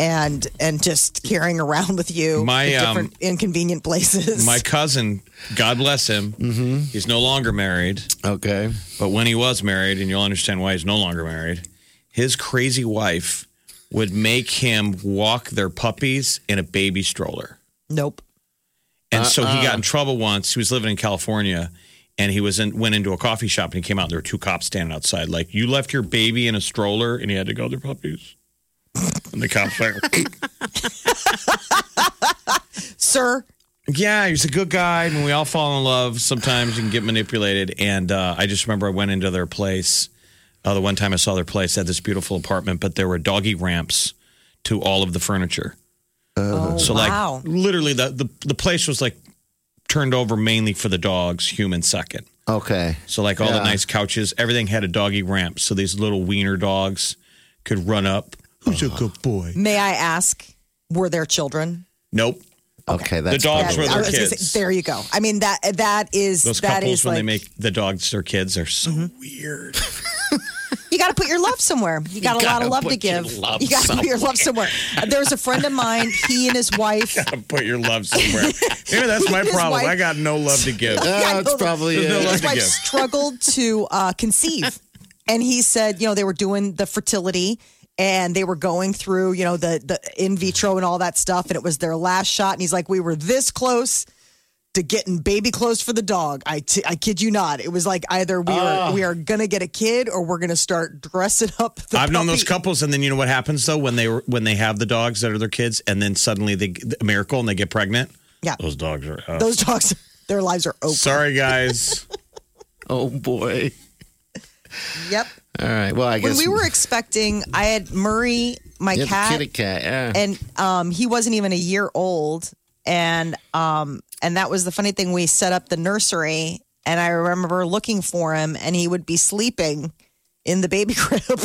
Speaker 3: and and just carrying around with you
Speaker 5: My,
Speaker 3: to
Speaker 5: um,
Speaker 3: different inconvenient places.
Speaker 5: My cousin, God bless him,
Speaker 3: Mm-hmm.
Speaker 5: he's no longer married.
Speaker 4: Okay.
Speaker 5: But when he was married, and you'll understand why he's no longer married, his crazy wife would make him walk their puppies in a baby stroller.
Speaker 3: Nope.
Speaker 5: And so he got
Speaker 4: Uh-uh.
Speaker 5: in trouble once. He was living in California and he was in, went into a coffee shop and he came out and there were two cops standing outside. Like, you left your baby in a stroller and he had to go, their puppies. And the cops were like,
Speaker 3: Sir,
Speaker 5: yeah, he's a good guy. I mean, we all fall in love. Sometimes you can get manipulated. And uh, I just remember I went into their place. Uh, the one time I saw their place, they had this beautiful apartment, but there were doggy ramps to all of the furniture.
Speaker 3: Oh,
Speaker 5: so,
Speaker 3: wow.
Speaker 5: like, literally, the, the, the place was like turned over mainly for the dogs, human second.
Speaker 4: Okay.
Speaker 5: So, like, all the
Speaker 4: Yeah.
Speaker 5: nice couches, everything had a doggy ramp. So, these little wiener dogs could run up. Who's a good boy?
Speaker 3: may I ask, were there children?
Speaker 5: Nope.
Speaker 4: Okay. That's
Speaker 5: dogs
Speaker 4: probably-
Speaker 5: were
Speaker 3: I
Speaker 5: their
Speaker 3: was gonna
Speaker 5: kids.
Speaker 3: say, there you go. I mean that that is
Speaker 5: Those
Speaker 3: that
Speaker 5: couples,
Speaker 3: is
Speaker 5: when
Speaker 3: like
Speaker 5: they make the dogs their kids, are so weird.
Speaker 3: You got to put your love somewhere. You got a lot
Speaker 5: gotta
Speaker 3: of love to
Speaker 5: put your
Speaker 3: give.
Speaker 5: love
Speaker 3: You got to put your love somewhere. There's a friend of mine. He and his wife.
Speaker 5: put your love somewhere. Maybe that's my
Speaker 3: His
Speaker 5: problem.
Speaker 3: wife-
Speaker 5: I got no love to give.
Speaker 4: Yeah, it's
Speaker 3: There's
Speaker 4: probably
Speaker 5: no
Speaker 4: it.
Speaker 5: love
Speaker 3: His
Speaker 5: to
Speaker 3: wife
Speaker 5: give.
Speaker 3: struggled to uh, conceive, and he said, you know, they were doing the fertility, and they were going through, you know, the the in vitro and all that stuff, and it was their last shot, and he's like, we were this close. To getting baby clothes for the dog, I, t- I kid you not. It was like either we are we are gonna get a kid or we're gonna start dressing up. The
Speaker 5: I've known those
Speaker 3: puppy.
Speaker 5: couples, and then you know what happens though when they were- when they have the dogs that are their kids, and then suddenly they a miracle and they get pregnant.
Speaker 3: Yeah.
Speaker 5: those dogs are. out.
Speaker 3: Those dogs, their lives are open.
Speaker 5: Sorry, guys.
Speaker 4: Oh boy.
Speaker 3: Yep.
Speaker 4: All right. Well, I
Speaker 3: when
Speaker 4: guess
Speaker 3: we were expecting, I had Murray, my
Speaker 4: yeah, the
Speaker 3: cat,
Speaker 4: kitty cat. Yeah.
Speaker 3: and um, he wasn't even a year old, and um, and that was the funny thing. We set up the nursery, and I remember looking for him, and he would be sleeping in the baby crib.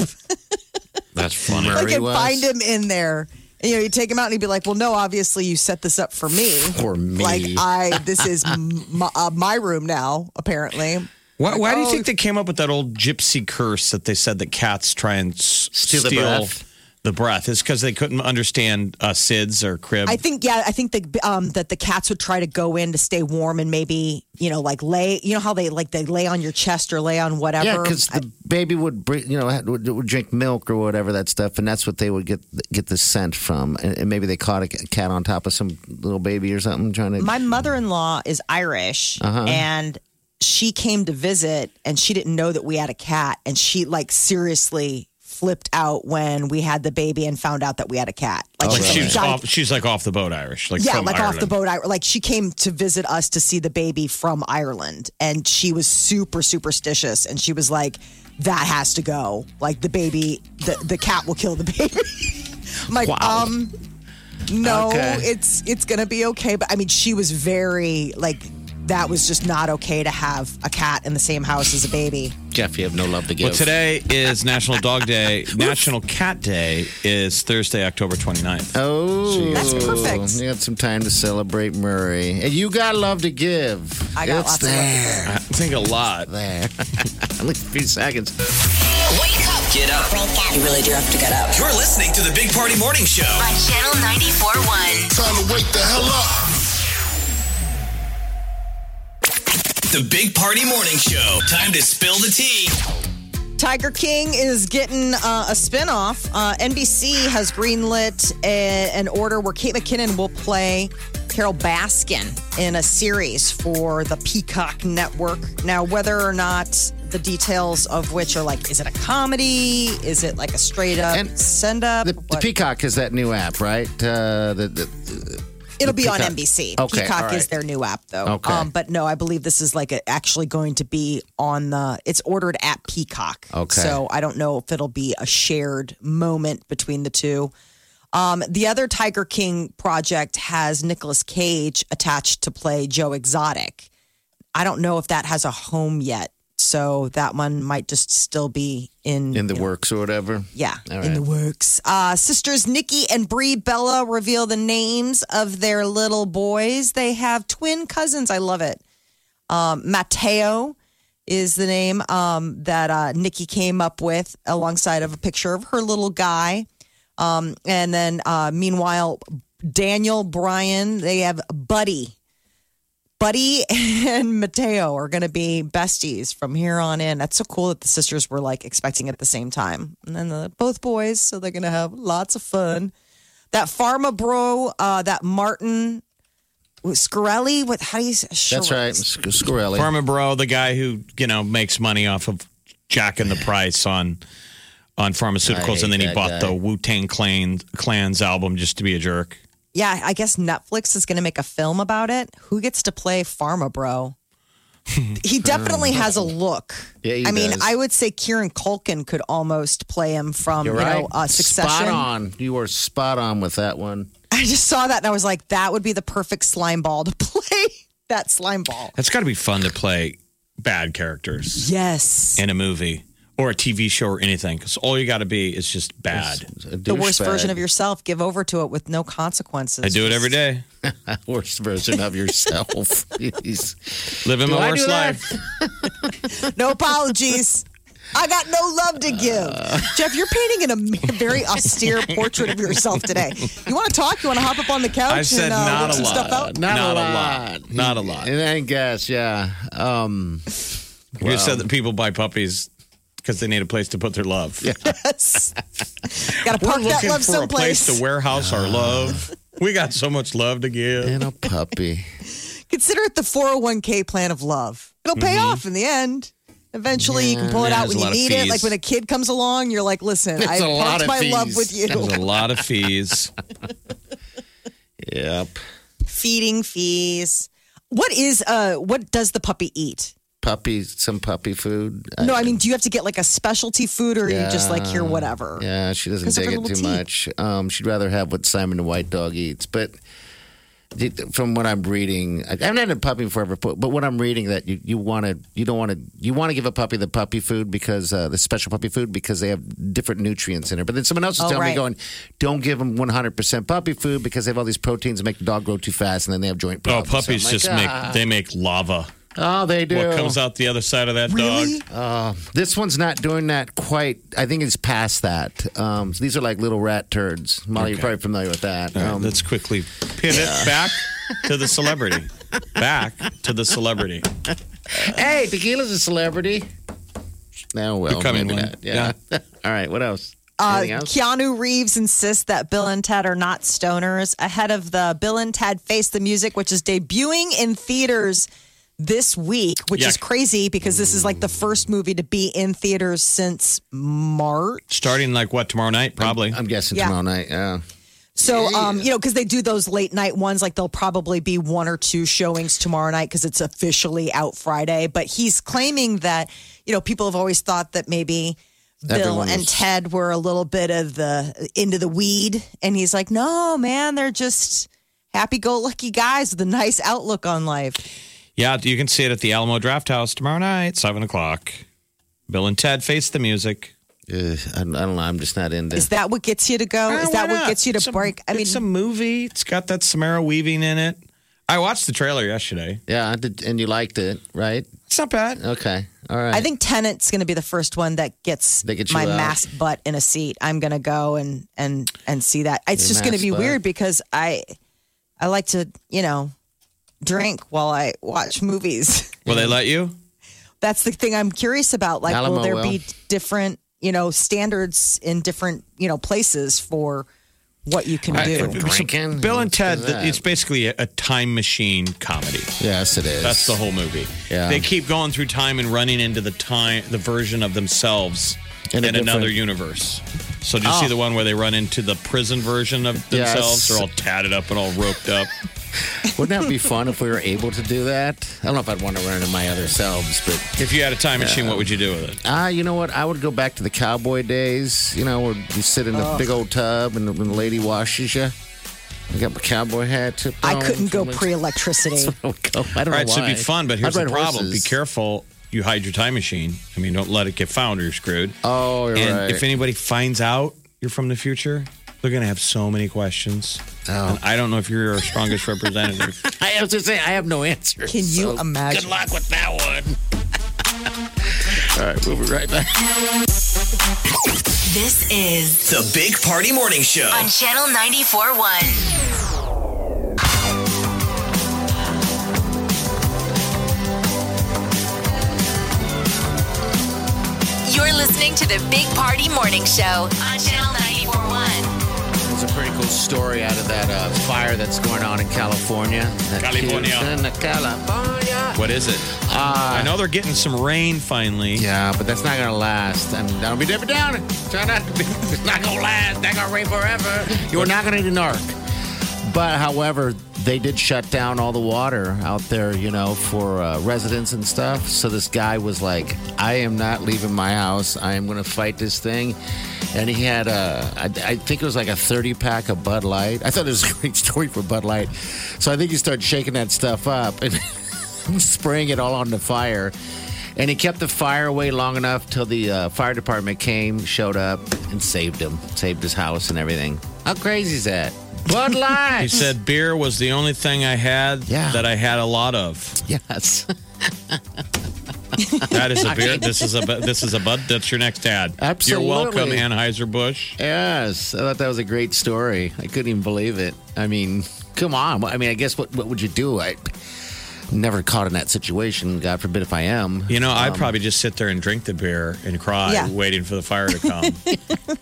Speaker 4: that's funny.
Speaker 3: I could find him in there. And, you know, you'd take him out, and he'd be like, "Well, no, obviously you set this up for me.
Speaker 4: For me.
Speaker 3: Like I, this is m- my, uh, my room now, apparently."
Speaker 5: Why, why do
Speaker 3: Oh,
Speaker 5: you think they came up with that old gypsy curse that they said that cats try and s-
Speaker 4: Steal the breath?
Speaker 5: the breath? It's because they couldn't understand uh, SIDS or crib.
Speaker 3: I think yeah, I think the, um, that the cats would try to go in to stay warm and maybe you know like lay you know how they like they lay on your chest or lay on whatever.
Speaker 4: Yeah, because
Speaker 3: I-
Speaker 4: the baby would bring, you know had- would, would drink milk or whatever that stuff, and that's what they would get get the scent from. And, and maybe they caught a c- cat on top of some little baby or something trying to.
Speaker 3: my mother-in-law is Irish and she came to visit and she didn't know that we had a cat and she like seriously flipped out when we had the baby and found out that we had a cat. Like,
Speaker 5: like
Speaker 3: she
Speaker 5: she's
Speaker 3: died-
Speaker 5: off, she's like off the boat Irish. Like
Speaker 3: Yeah,
Speaker 5: from
Speaker 3: like off the
Speaker 5: Ireland.
Speaker 3: boat. I, like she came to visit us to see the baby from Ireland, and she was super superstitious, and she was like, "That has to go. Like the baby, the the cat will kill the baby." I'm like, um, no,
Speaker 4: Okay.
Speaker 3: it's it's gonna be okay. But I mean, she was very like. That was just not okay to have a cat in the same house as a baby.
Speaker 4: Jeff, you have no love to give.
Speaker 5: Well, today is National Dog Day. National Cat Day is Thursday, October 29th.
Speaker 4: Oh,
Speaker 3: That's perfect.
Speaker 4: You got some time to celebrate Murray, and you got love to give.
Speaker 3: I got
Speaker 4: it's
Speaker 3: lots of love to
Speaker 4: there,
Speaker 5: I think a lot.
Speaker 4: there. At least a few seconds.
Speaker 2: Wake up
Speaker 1: Get up.
Speaker 9: You really do have to get up.
Speaker 1: You're listening to the Big Party Morning Show.
Speaker 2: on Channel 94.1.
Speaker 10: Time to wake the hell up.
Speaker 1: The Big Party Morning Show. Time to spill the tea.
Speaker 3: Tiger King is getting uh, a spinoff. Uh, NBC has greenlit a, an order where Kate McKinnon will play Carol Baskin in a series for the Peacock Network. Now, whether or not the details of which are like, is it a comedy? Is it like a straight up
Speaker 4: And
Speaker 3: send up?
Speaker 4: The, the Peacock is that new app, right? Uh, the, the,
Speaker 3: It'll be on
Speaker 4: Peacock.
Speaker 3: NBC.
Speaker 4: Okay,
Speaker 3: Peacock
Speaker 4: all
Speaker 3: is
Speaker 4: right.
Speaker 3: their new app, though.
Speaker 4: Okay.
Speaker 3: Um, but no, I believe this is like a, actually going to be on the. It's ordered at Peacock.
Speaker 4: Okay.
Speaker 3: So I don't know if it'll be a shared moment between the two. Um, the other Tiger King project has Nicolas Cage attached to play Joe Exotic. I don't know if that has a home yet, so that one might just still be in
Speaker 4: in the works or whatever.
Speaker 3: yeah,
Speaker 4: All
Speaker 3: in
Speaker 4: right.
Speaker 3: the works. Uh, sisters Nikki and Brie Bella reveal the names of their little boys. They have twin cousins. I love it. Um, Mateo is the name um, that uh, Nikki came up with alongside of a picture of her little guy. Um, and then, uh, meanwhile, Daniel, Brian, they have Buddy. Buddy and Mateo are going to be besties from here on in. That's so cool that the sisters were like expecting at the same time. And then the, both boys, so they're going to have lots of fun. That pharma bro, uh, that Martin Scarelli, what, how do you say?
Speaker 4: That's right, Sc- Scarelli.
Speaker 5: Farmer Bro, the guy who you know makes money off of jacking the price on on
Speaker 4: I hate
Speaker 5: pharmaceuticals, and then he
Speaker 4: that
Speaker 5: bought
Speaker 4: guy.
Speaker 5: the Wu Tang Clan Clan's album just to be a jerk.
Speaker 3: Yeah, I guess Netflix is going to make a film about it. Who gets to play Pharma Bro? he definitely has a look.
Speaker 4: Um, Yeah, he
Speaker 3: I mean,
Speaker 4: does.
Speaker 3: I would say Kieran Culkin could almost play him from
Speaker 4: You're
Speaker 3: you
Speaker 4: right.
Speaker 3: know uh, Succession.
Speaker 4: Spot on. You were spot on with that one.
Speaker 3: I just saw that and I was like, that would be the perfect slime ball to play that slime ball.
Speaker 5: That's got to be fun to play bad characters
Speaker 3: Yes,
Speaker 5: in a movie or a TV show or anything, because all you got to be is just bad.
Speaker 3: the worst version of yourself. Give over to it with no consequences.
Speaker 5: I do it every day,
Speaker 4: worst version of yourself. Jeez.
Speaker 5: living
Speaker 4: Do
Speaker 5: my
Speaker 4: I
Speaker 5: worst
Speaker 4: do that?
Speaker 5: life.
Speaker 3: No apologies. I got no love to give. Jeff, you're painting an, a very austere portrait of yourself today. You want to talk? You want to hop up on the couch
Speaker 5: I've said
Speaker 3: and uh,
Speaker 5: not
Speaker 3: work
Speaker 5: a
Speaker 3: some stuff
Speaker 5: lot.
Speaker 3: out?
Speaker 4: Not,
Speaker 5: Not
Speaker 4: a
Speaker 5: a
Speaker 4: lot.
Speaker 5: lot. Not a lot.
Speaker 4: And I guess, yeah. Um,
Speaker 5: You just said that people buy puppies because they need a place to put their love.
Speaker 3: Yes. Got to
Speaker 5: We're
Speaker 3: park that
Speaker 5: looking
Speaker 3: love
Speaker 5: for a
Speaker 3: someplace.
Speaker 5: place to warehouse our love. We got so much love to give.
Speaker 4: and a puppy.
Speaker 3: Consider it the 401k plan of love. It'll pay off in the end. Eventually, you can pull it
Speaker 5: Mm-hmm. Yeah,
Speaker 3: out when
Speaker 5: there's a
Speaker 3: you
Speaker 5: lot of
Speaker 3: need it.
Speaker 5: fees.
Speaker 3: Like when a kid comes along, you're like, listen, I
Speaker 4: There's a lot
Speaker 3: parked
Speaker 4: of
Speaker 3: my love
Speaker 4: fees.
Speaker 3: with you.
Speaker 5: There's a lot of fees.
Speaker 4: Yep.
Speaker 3: Feeding fees. What is, uh, what does the puppy eat?
Speaker 4: Puppy, some puppy food.
Speaker 3: No, I mean, do you have to get like a specialty food or are you just like here, whatever?
Speaker 4: Yeah, she doesn't
Speaker 3: 'Cause of
Speaker 4: dig
Speaker 3: her
Speaker 4: it
Speaker 3: little
Speaker 4: too much. Um, she'd rather have what Simon the White Dog eats. But it- from what I'm reading, I I haven't had a puppy forever. But, but what I'm reading that you you want to you don't want to you want to give a puppy the puppy food because uh, the special puppy food because they have different nutrients in it. But then someone else is
Speaker 3: Oh,
Speaker 4: telling
Speaker 3: right.
Speaker 4: me going, don't give them 100 percent puppy food because they have all these proteins that make the dog grow too fast and then they have joint
Speaker 5: Oh,
Speaker 4: problems. So I'm
Speaker 5: puppies
Speaker 4: like,
Speaker 5: just
Speaker 4: "Ah."
Speaker 5: make they make lava.
Speaker 4: oh they do
Speaker 5: What comes out the other side of that
Speaker 3: Really?
Speaker 5: dog?
Speaker 4: This one's not doing that quite. I think it's past that. Um, these are like little rat turds. Molly, you're probably familiar with that.
Speaker 5: All right,
Speaker 4: Um,
Speaker 5: let's quickly pivot back to the celebrity. Back to the celebrity.
Speaker 4: hey, tequila's a celebrity. No, well,
Speaker 5: Becoming
Speaker 4: maybe
Speaker 5: one.
Speaker 4: not. Yeah. All right. What else?
Speaker 3: Uh,
Speaker 4: Anything else?
Speaker 3: Keanu Reeves insists that Bill and Ted are not stoners ahead of the Bill and Ted Face the Music, which is debuting in theaters this week, which
Speaker 5: Yeah.
Speaker 3: is crazy because this is like the first movie to be in theaters since March.
Speaker 5: Starting like what tomorrow night? Probably.
Speaker 4: I'm guessing
Speaker 3: Yeah.
Speaker 4: tomorrow night. Yeah.
Speaker 3: So, um, you know, because they do those late night ones, like there'll probably be one or two showings tomorrow night because it's officially out Friday. But he's claiming that, you know, people have always thought that maybe Bill
Speaker 4: Everyone
Speaker 3: and
Speaker 4: was-
Speaker 3: Ted were a little bit of the into the weed. And he's like, no, man, they're just happy go lucky guys with a nice outlook on life.
Speaker 5: Yeah, you can see it at the Alamo Draft House tomorrow night, seven o'clock. Bill and Ted face the music.
Speaker 4: Ugh, I, I don't know. I'm just not into.
Speaker 3: Is that what gets you to go? Is that what gets you to
Speaker 5: It's a-
Speaker 3: break? I mean,
Speaker 5: it's a movie. It's got that Samara Weaving in it. I watched the trailer yesterday.
Speaker 4: yeah. I did- and you liked it, right?
Speaker 5: It's not bad.
Speaker 4: Okay. All right.
Speaker 3: I think Tenant's going to be the first one that gets
Speaker 4: They get you
Speaker 3: my
Speaker 4: out.
Speaker 3: masked butt in a seat. I'm going to go and and and see that. It's
Speaker 4: Your
Speaker 3: just going to
Speaker 4: masked
Speaker 3: be
Speaker 4: butt.
Speaker 3: weird because I I like to you know drink while I watch movies.
Speaker 5: Will they let you?
Speaker 3: That's the thing I'm curious about. Like, will
Speaker 4: Alamo
Speaker 3: there
Speaker 4: will.
Speaker 3: be different you know standards in different you know places for what you can do?
Speaker 4: drinking.
Speaker 5: Bill and Ted,
Speaker 4: Look at that.
Speaker 5: it's basically a, a time machine comedy.
Speaker 4: Yes, it is.
Speaker 5: That's the whole movie.
Speaker 4: Yeah.
Speaker 5: They keep going through time and running into the time, the version of themselves in,
Speaker 4: In a
Speaker 5: another
Speaker 4: different- Oh.
Speaker 5: universe. So do you see the one where they run into the prison version of
Speaker 4: Yes.
Speaker 5: themselves? They're all tatted up and all roped up.
Speaker 4: Wouldn't that be fun if we were able to do that? I don't know if I'd want to run into my other selves, but
Speaker 5: if you had a time machine, what would you do with it?
Speaker 4: Ah, you know what? I would go back to the cowboy days. You know, where you sit in the
Speaker 3: Oh.
Speaker 4: big old tub and the, when the lady washes you. I got my cowboy hat. tipped
Speaker 3: I
Speaker 4: on
Speaker 3: couldn't go
Speaker 4: from my-
Speaker 3: pre-electricity.
Speaker 4: I would go- I don't
Speaker 5: All
Speaker 4: know
Speaker 5: right, so it'd be
Speaker 4: why.
Speaker 5: fun, but here's
Speaker 4: I'd
Speaker 5: the
Speaker 4: ride
Speaker 5: problem.
Speaker 4: horses.
Speaker 5: Be careful. You hide your time machine. I mean, don't let it get found or you're screwed.
Speaker 4: Oh, you're
Speaker 5: and
Speaker 4: right.
Speaker 5: if anybody finds out you're from the future, they're going to have so many questions.
Speaker 4: Oh.
Speaker 5: And I don't know if you're our strongest representative.
Speaker 4: I was just saying, I have no answer.
Speaker 3: Can you imagine?
Speaker 4: Good luck with that one. All right, we'll be right back.
Speaker 2: This is
Speaker 1: The Big Party Morning Show.
Speaker 2: on Channel 94.1. listening to the Big Party Morning Show on Channel 941.
Speaker 4: There's a pretty cool story out of that uh, fire that's going on in California. That
Speaker 5: California.
Speaker 4: Houston, California.
Speaker 5: What is it?
Speaker 4: Uh,
Speaker 5: I know they're getting some rain finally.
Speaker 4: Yeah, but that's not gonna last. I mean, that'll be Debbie Downer. Try not to be. It's not gonna last. Not gonna rain forever. You're not gonna need an arc. But however, they did shut down all the water out there, you know, for uh, residents and stuff. So this guy was like, "I am not leaving my house. I am gonna fight this thing." And he had uh, I I think it was like a 30 pack of Bud Light. I thought it was a great story for Bud Light. So I think he started shaking that stuff up and spraying it all on the fire. And he kept the fire away long enough till the uh, fire department came, showed up, and saved him, saved his house and everything. How crazy is that? Bud Light.
Speaker 5: He said beer was the only thing I had
Speaker 4: Yeah.
Speaker 5: that I had a lot of.
Speaker 4: "Yes."
Speaker 5: That is a beer. this is a bu- this is a bud. That's your next ad.
Speaker 4: Absolutely.
Speaker 5: You're welcome, Anheuser Busch.
Speaker 4: Yes, I thought that was a great story. I couldn't even believe it. I mean, come on. I mean, I guess what what would you do? I never caught in that situation. God forbid if I am.
Speaker 5: You know, I'd probably just sit there and drink the beer and cry,
Speaker 3: Yeah.
Speaker 5: waiting for the fire to come,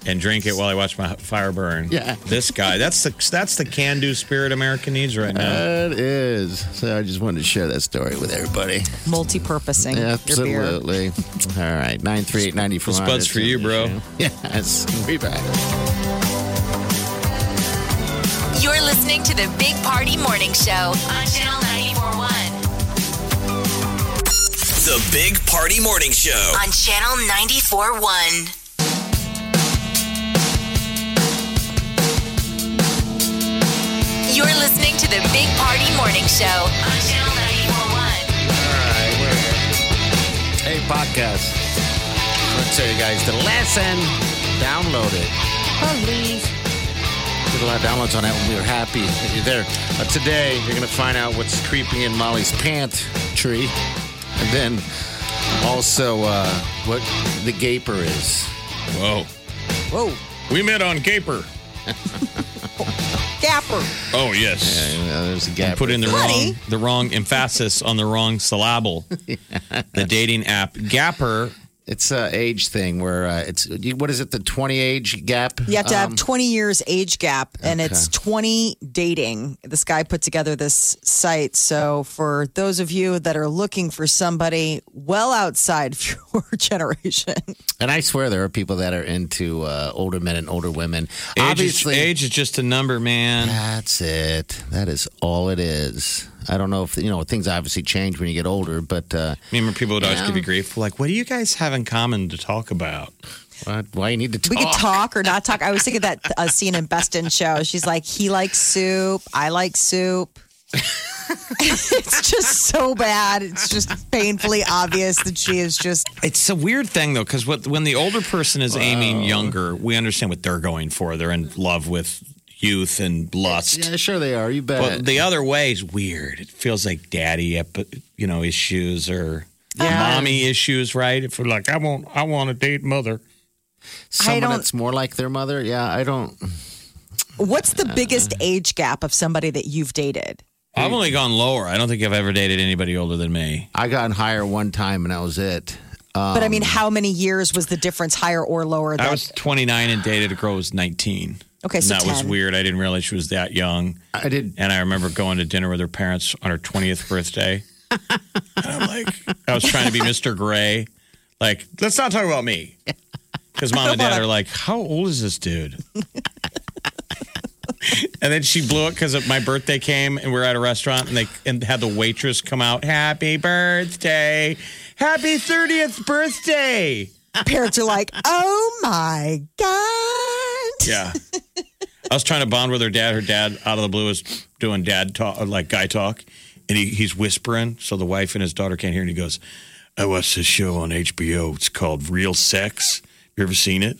Speaker 5: and drink it while I watch my fire burn.
Speaker 4: Yeah.
Speaker 5: This guy. That's the that's the can do spirit America needs right now.
Speaker 4: That is. So I just wanted to share that story with everybody.
Speaker 3: Multi-purposing your beer.
Speaker 4: Absolutely. All right. 938
Speaker 5: This bud's for you, bro.
Speaker 4: Yes. We'll be back.
Speaker 2: You're listening to the Big Party Morning Show on Channel 941.
Speaker 1: The Big Party Morning Show.
Speaker 2: On Channel 941. You're listening to the Big Party Morning Show on Channel 941.
Speaker 4: All right, we're- Hey, podcast. Let's tell you guys to listen. Download it. Please. Did a lot of downloads on that one. We were happy that you're there. Uh, today, you're going to find out what's creeping in Molly's pant tree. And then also uh, what the gaper is.
Speaker 5: Whoa.
Speaker 3: Whoa,
Speaker 5: We met on Gaper.
Speaker 3: gapper.
Speaker 5: Oh yes.
Speaker 4: And, uh, there's a gaper.
Speaker 5: put in the
Speaker 3: Honey.
Speaker 5: wrong the wrong emphasis on the wrong syllable. The dating app Gapper.
Speaker 4: It's a age thing where uh, it's what is it the twenty age gap?
Speaker 3: You have to
Speaker 4: Um,
Speaker 3: have 20 years age gap, and it's 20 dating. This guy put together this site. So, for those of you that are looking for somebody well outside of your generation,
Speaker 4: and I swear there are people that are into uh, older men and older women.
Speaker 5: Age is,
Speaker 4: Obviously,
Speaker 5: age is just a number, man.
Speaker 4: that's it. That is all it is. I don't know if you know things obviously change when you get older, but uh,
Speaker 5: Remember, people would always give you grief. Like, what do you guys have in common to talk about?
Speaker 4: why- why you need to
Speaker 3: we
Speaker 4: talk?
Speaker 3: could talk or not talk. I was thinking that uh, scene in Best in Show. She's like, he likes soup. I like soup. it's just so bad. It's just painfully obvious that she is just
Speaker 5: It's a weird thing though, because what when the older person is aiming younger, we understand what they're going for. They're in love with youth and lust.
Speaker 4: Yeah, sure they are. You bet.
Speaker 5: But the other way is weird. It feels like daddy, epi- you know, issues or
Speaker 4: Yeah.
Speaker 5: mommy issues, right? If we're like, I want, I want to date mother.
Speaker 4: Someone
Speaker 3: don't-
Speaker 4: that's more like their mother. Yeah, I don't.
Speaker 3: What's the biggest age gap of somebody that you've dated?
Speaker 5: I've only gone lower. I don't think I've ever dated anybody older than me.
Speaker 4: I got higher one time, and that was it.
Speaker 3: But I
Speaker 4: Um,
Speaker 3: mean, how many years was the difference higher or lower?
Speaker 5: I
Speaker 3: than-
Speaker 5: was 29 and dated a girl who was 19.
Speaker 3: Okay,
Speaker 5: and
Speaker 3: so
Speaker 5: that was
Speaker 3: 10.
Speaker 5: weird. I didn't realize she was that young.
Speaker 4: I did.
Speaker 5: And I remember going to dinner with her parents on her 20th birthday. and I'm like, I was trying to be Mr. Gray. Like, let's not talk about me. Because mom and dad are like, how old is this dude? and then she blew it because my birthday came and we were at a restaurant and they and had the waitress come out, happy birthday, happy 30th birthday.
Speaker 3: Parents are like, oh my God.
Speaker 5: Yeah. I was trying to bond with her dad. Her dad, out of the blue, is doing dad talk, like guy talk, and he, he's whispering so the wife and his daughter can't hear. And he goes, "I watched this show on HBO. It's called Real Sex. You ever seen it?"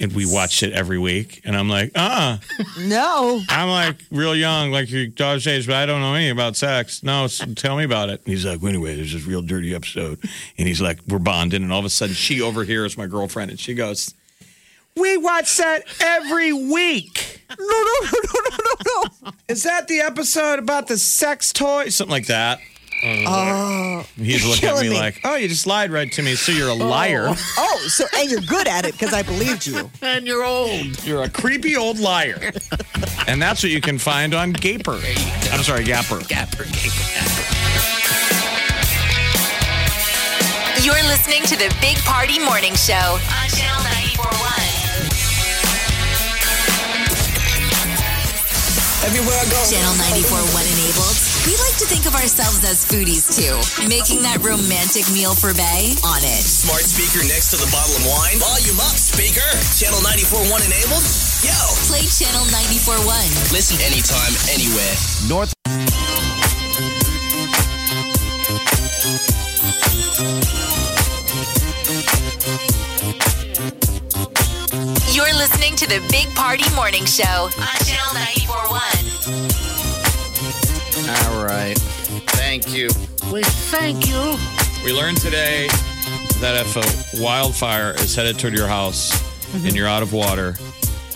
Speaker 5: And we watched it every week. And I'm like, "Uh, uh
Speaker 3: No.
Speaker 5: I'm like real young, like your daughter's age, but I don't know anything about sex. No, s tell me about it." And he's like, well, "Anyway, there's this real dirty episode." And he's like, "We're bonding," and all of a sudden, she overhears my girlfriend, and she goes. We watch that every week.
Speaker 3: No, no, no, no, no, no, no.
Speaker 5: Is that the episode about the sex toy? Something like that.
Speaker 3: Oh,
Speaker 5: He's
Speaker 3: Uh, you're
Speaker 5: looking at me,
Speaker 3: killing
Speaker 5: like, oh, you just lied right to me, so you're a liar.
Speaker 3: Oh, Oh, so and you're good at it because I believed you.
Speaker 4: and you're old.
Speaker 5: You're a creepy old liar. and that's what you can find on Gaper. I'm sorry, Gapper.
Speaker 4: Gapper.
Speaker 2: You're listening to the Big Party Morning Show on Channel 941.
Speaker 6: Everywhere I go.
Speaker 2: Channel 941 enabled. We like to think of ourselves as foodies too. Making that romantic meal for Bay on it.
Speaker 1: Smart speaker next to the bottle of wine. Volume up, speaker. Channel 941 enabled. Yo.
Speaker 2: Play Channel 941.
Speaker 1: Listen anytime, anywhere.
Speaker 4: North.
Speaker 2: You're listening to the Big Party Morning Show on Channel 941.
Speaker 4: All right. Thank you. We thank you.
Speaker 5: We learned today that if a wildfire is headed toward your house
Speaker 3: Mm-hmm.
Speaker 5: and you're out of water,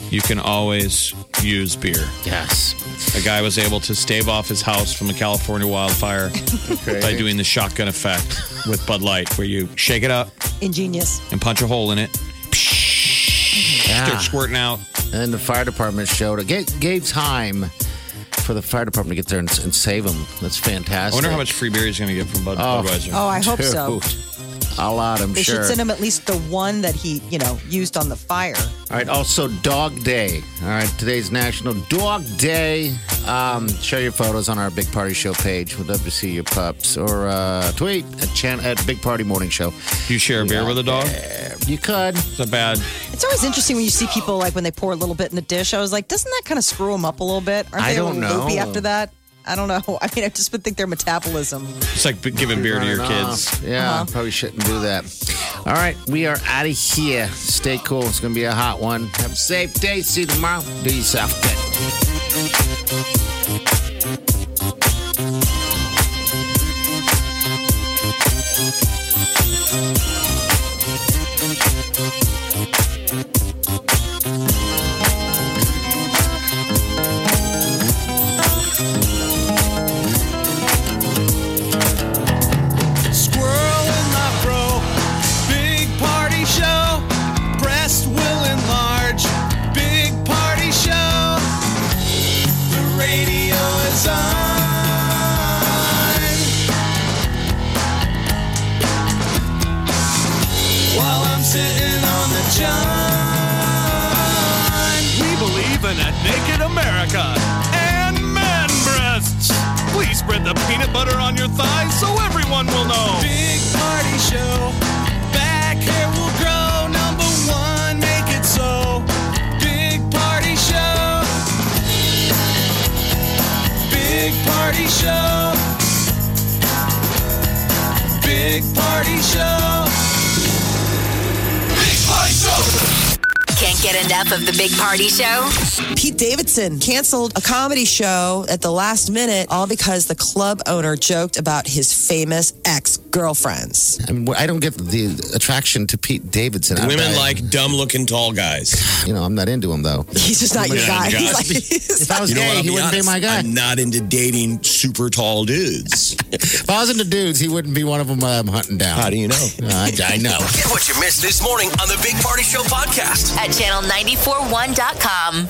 Speaker 5: you can always use beer.
Speaker 4: Yes.
Speaker 5: A guy was able to stave off his house from a California wildfire by doing the shotgun effect with Bud Light, where you shake it up
Speaker 3: Ingenious.
Speaker 5: and punch a hole in it,
Speaker 4: Yeah.
Speaker 3: Ah.
Speaker 5: start squirting out.
Speaker 4: And the fire department showed it. Gave, gave time for the fire department to get there and, and save them. That's
Speaker 5: I
Speaker 4: fantastic.
Speaker 5: wonder how much free beer he's going to get from Bud, Budweiser.
Speaker 3: Oh, I hope so.
Speaker 4: Dude. I'll out, I'm
Speaker 3: They
Speaker 4: sure.
Speaker 3: should send him at least the one that he, you know, used on the fire.
Speaker 4: All right, also Dog Day. All right, today's National Dog Day. Um, share your photos on our Big Party Show page. We'd love to see your pups. Or uh, tweet at, Chan- at Big Party Morning Show.
Speaker 5: Do you share a beer with a dog?
Speaker 4: You could.
Speaker 5: It's a bad.
Speaker 3: It's always interesting when you see people like when they pour a little bit in the dish. I was like, doesn't that kind of screw them up a little bit? Aren't
Speaker 4: I
Speaker 3: they a
Speaker 4: don't
Speaker 3: little loopy
Speaker 4: know.
Speaker 3: after that? I don't know. I mean, I just would think their metabolism.
Speaker 5: It's like giving beer to your
Speaker 4: Running
Speaker 5: kids.
Speaker 4: off. Yeah, probably shouldn't do that. All right, we are out of here. Stay cool. It's going to be a hot one. Have a safe day. See you tomorrow. Do yourself good.
Speaker 9: Squirrel in my fro. Big party show. Breast will enlarge. Big party show. The radio is on. While I'm sitting on the john. We believe in a naked America and man breasts. Please spread the peanut butter on your thighs so everyone will know. Big party show. Back hair will grow. Number one, make it so. Big party show. Big party show. Big party show. Big party show.
Speaker 2: Can't get enough of the Big Party Show?
Speaker 3: Pete Davidson canceled a comedy show at the last minute, all because the club owner joked about his famous ex girlfriends.
Speaker 4: I, mean, I don't get the attraction to Pete Davidson. I'm
Speaker 10: Women
Speaker 4: not-
Speaker 10: like dumb looking tall guys.
Speaker 4: you know, I'm not into him though.
Speaker 3: He's just not your
Speaker 10: Yeah,
Speaker 3: guy.
Speaker 10: you
Speaker 3: He's
Speaker 10: gotta
Speaker 3: like,
Speaker 10: be-
Speaker 3: he's
Speaker 4: If I was
Speaker 10: You know what?
Speaker 4: gay,
Speaker 10: I'll
Speaker 4: he
Speaker 10: be
Speaker 4: wouldn't be
Speaker 10: honest,
Speaker 4: my guy.
Speaker 10: I'm not into dating super tall dudes.
Speaker 4: If I was into dudes, he wouldn't be one of them I'm hunting down.
Speaker 10: How do you know?
Speaker 4: I, I know.
Speaker 1: Get what you missed this morning on the Big Party Show podcast.
Speaker 2: At channel941.com.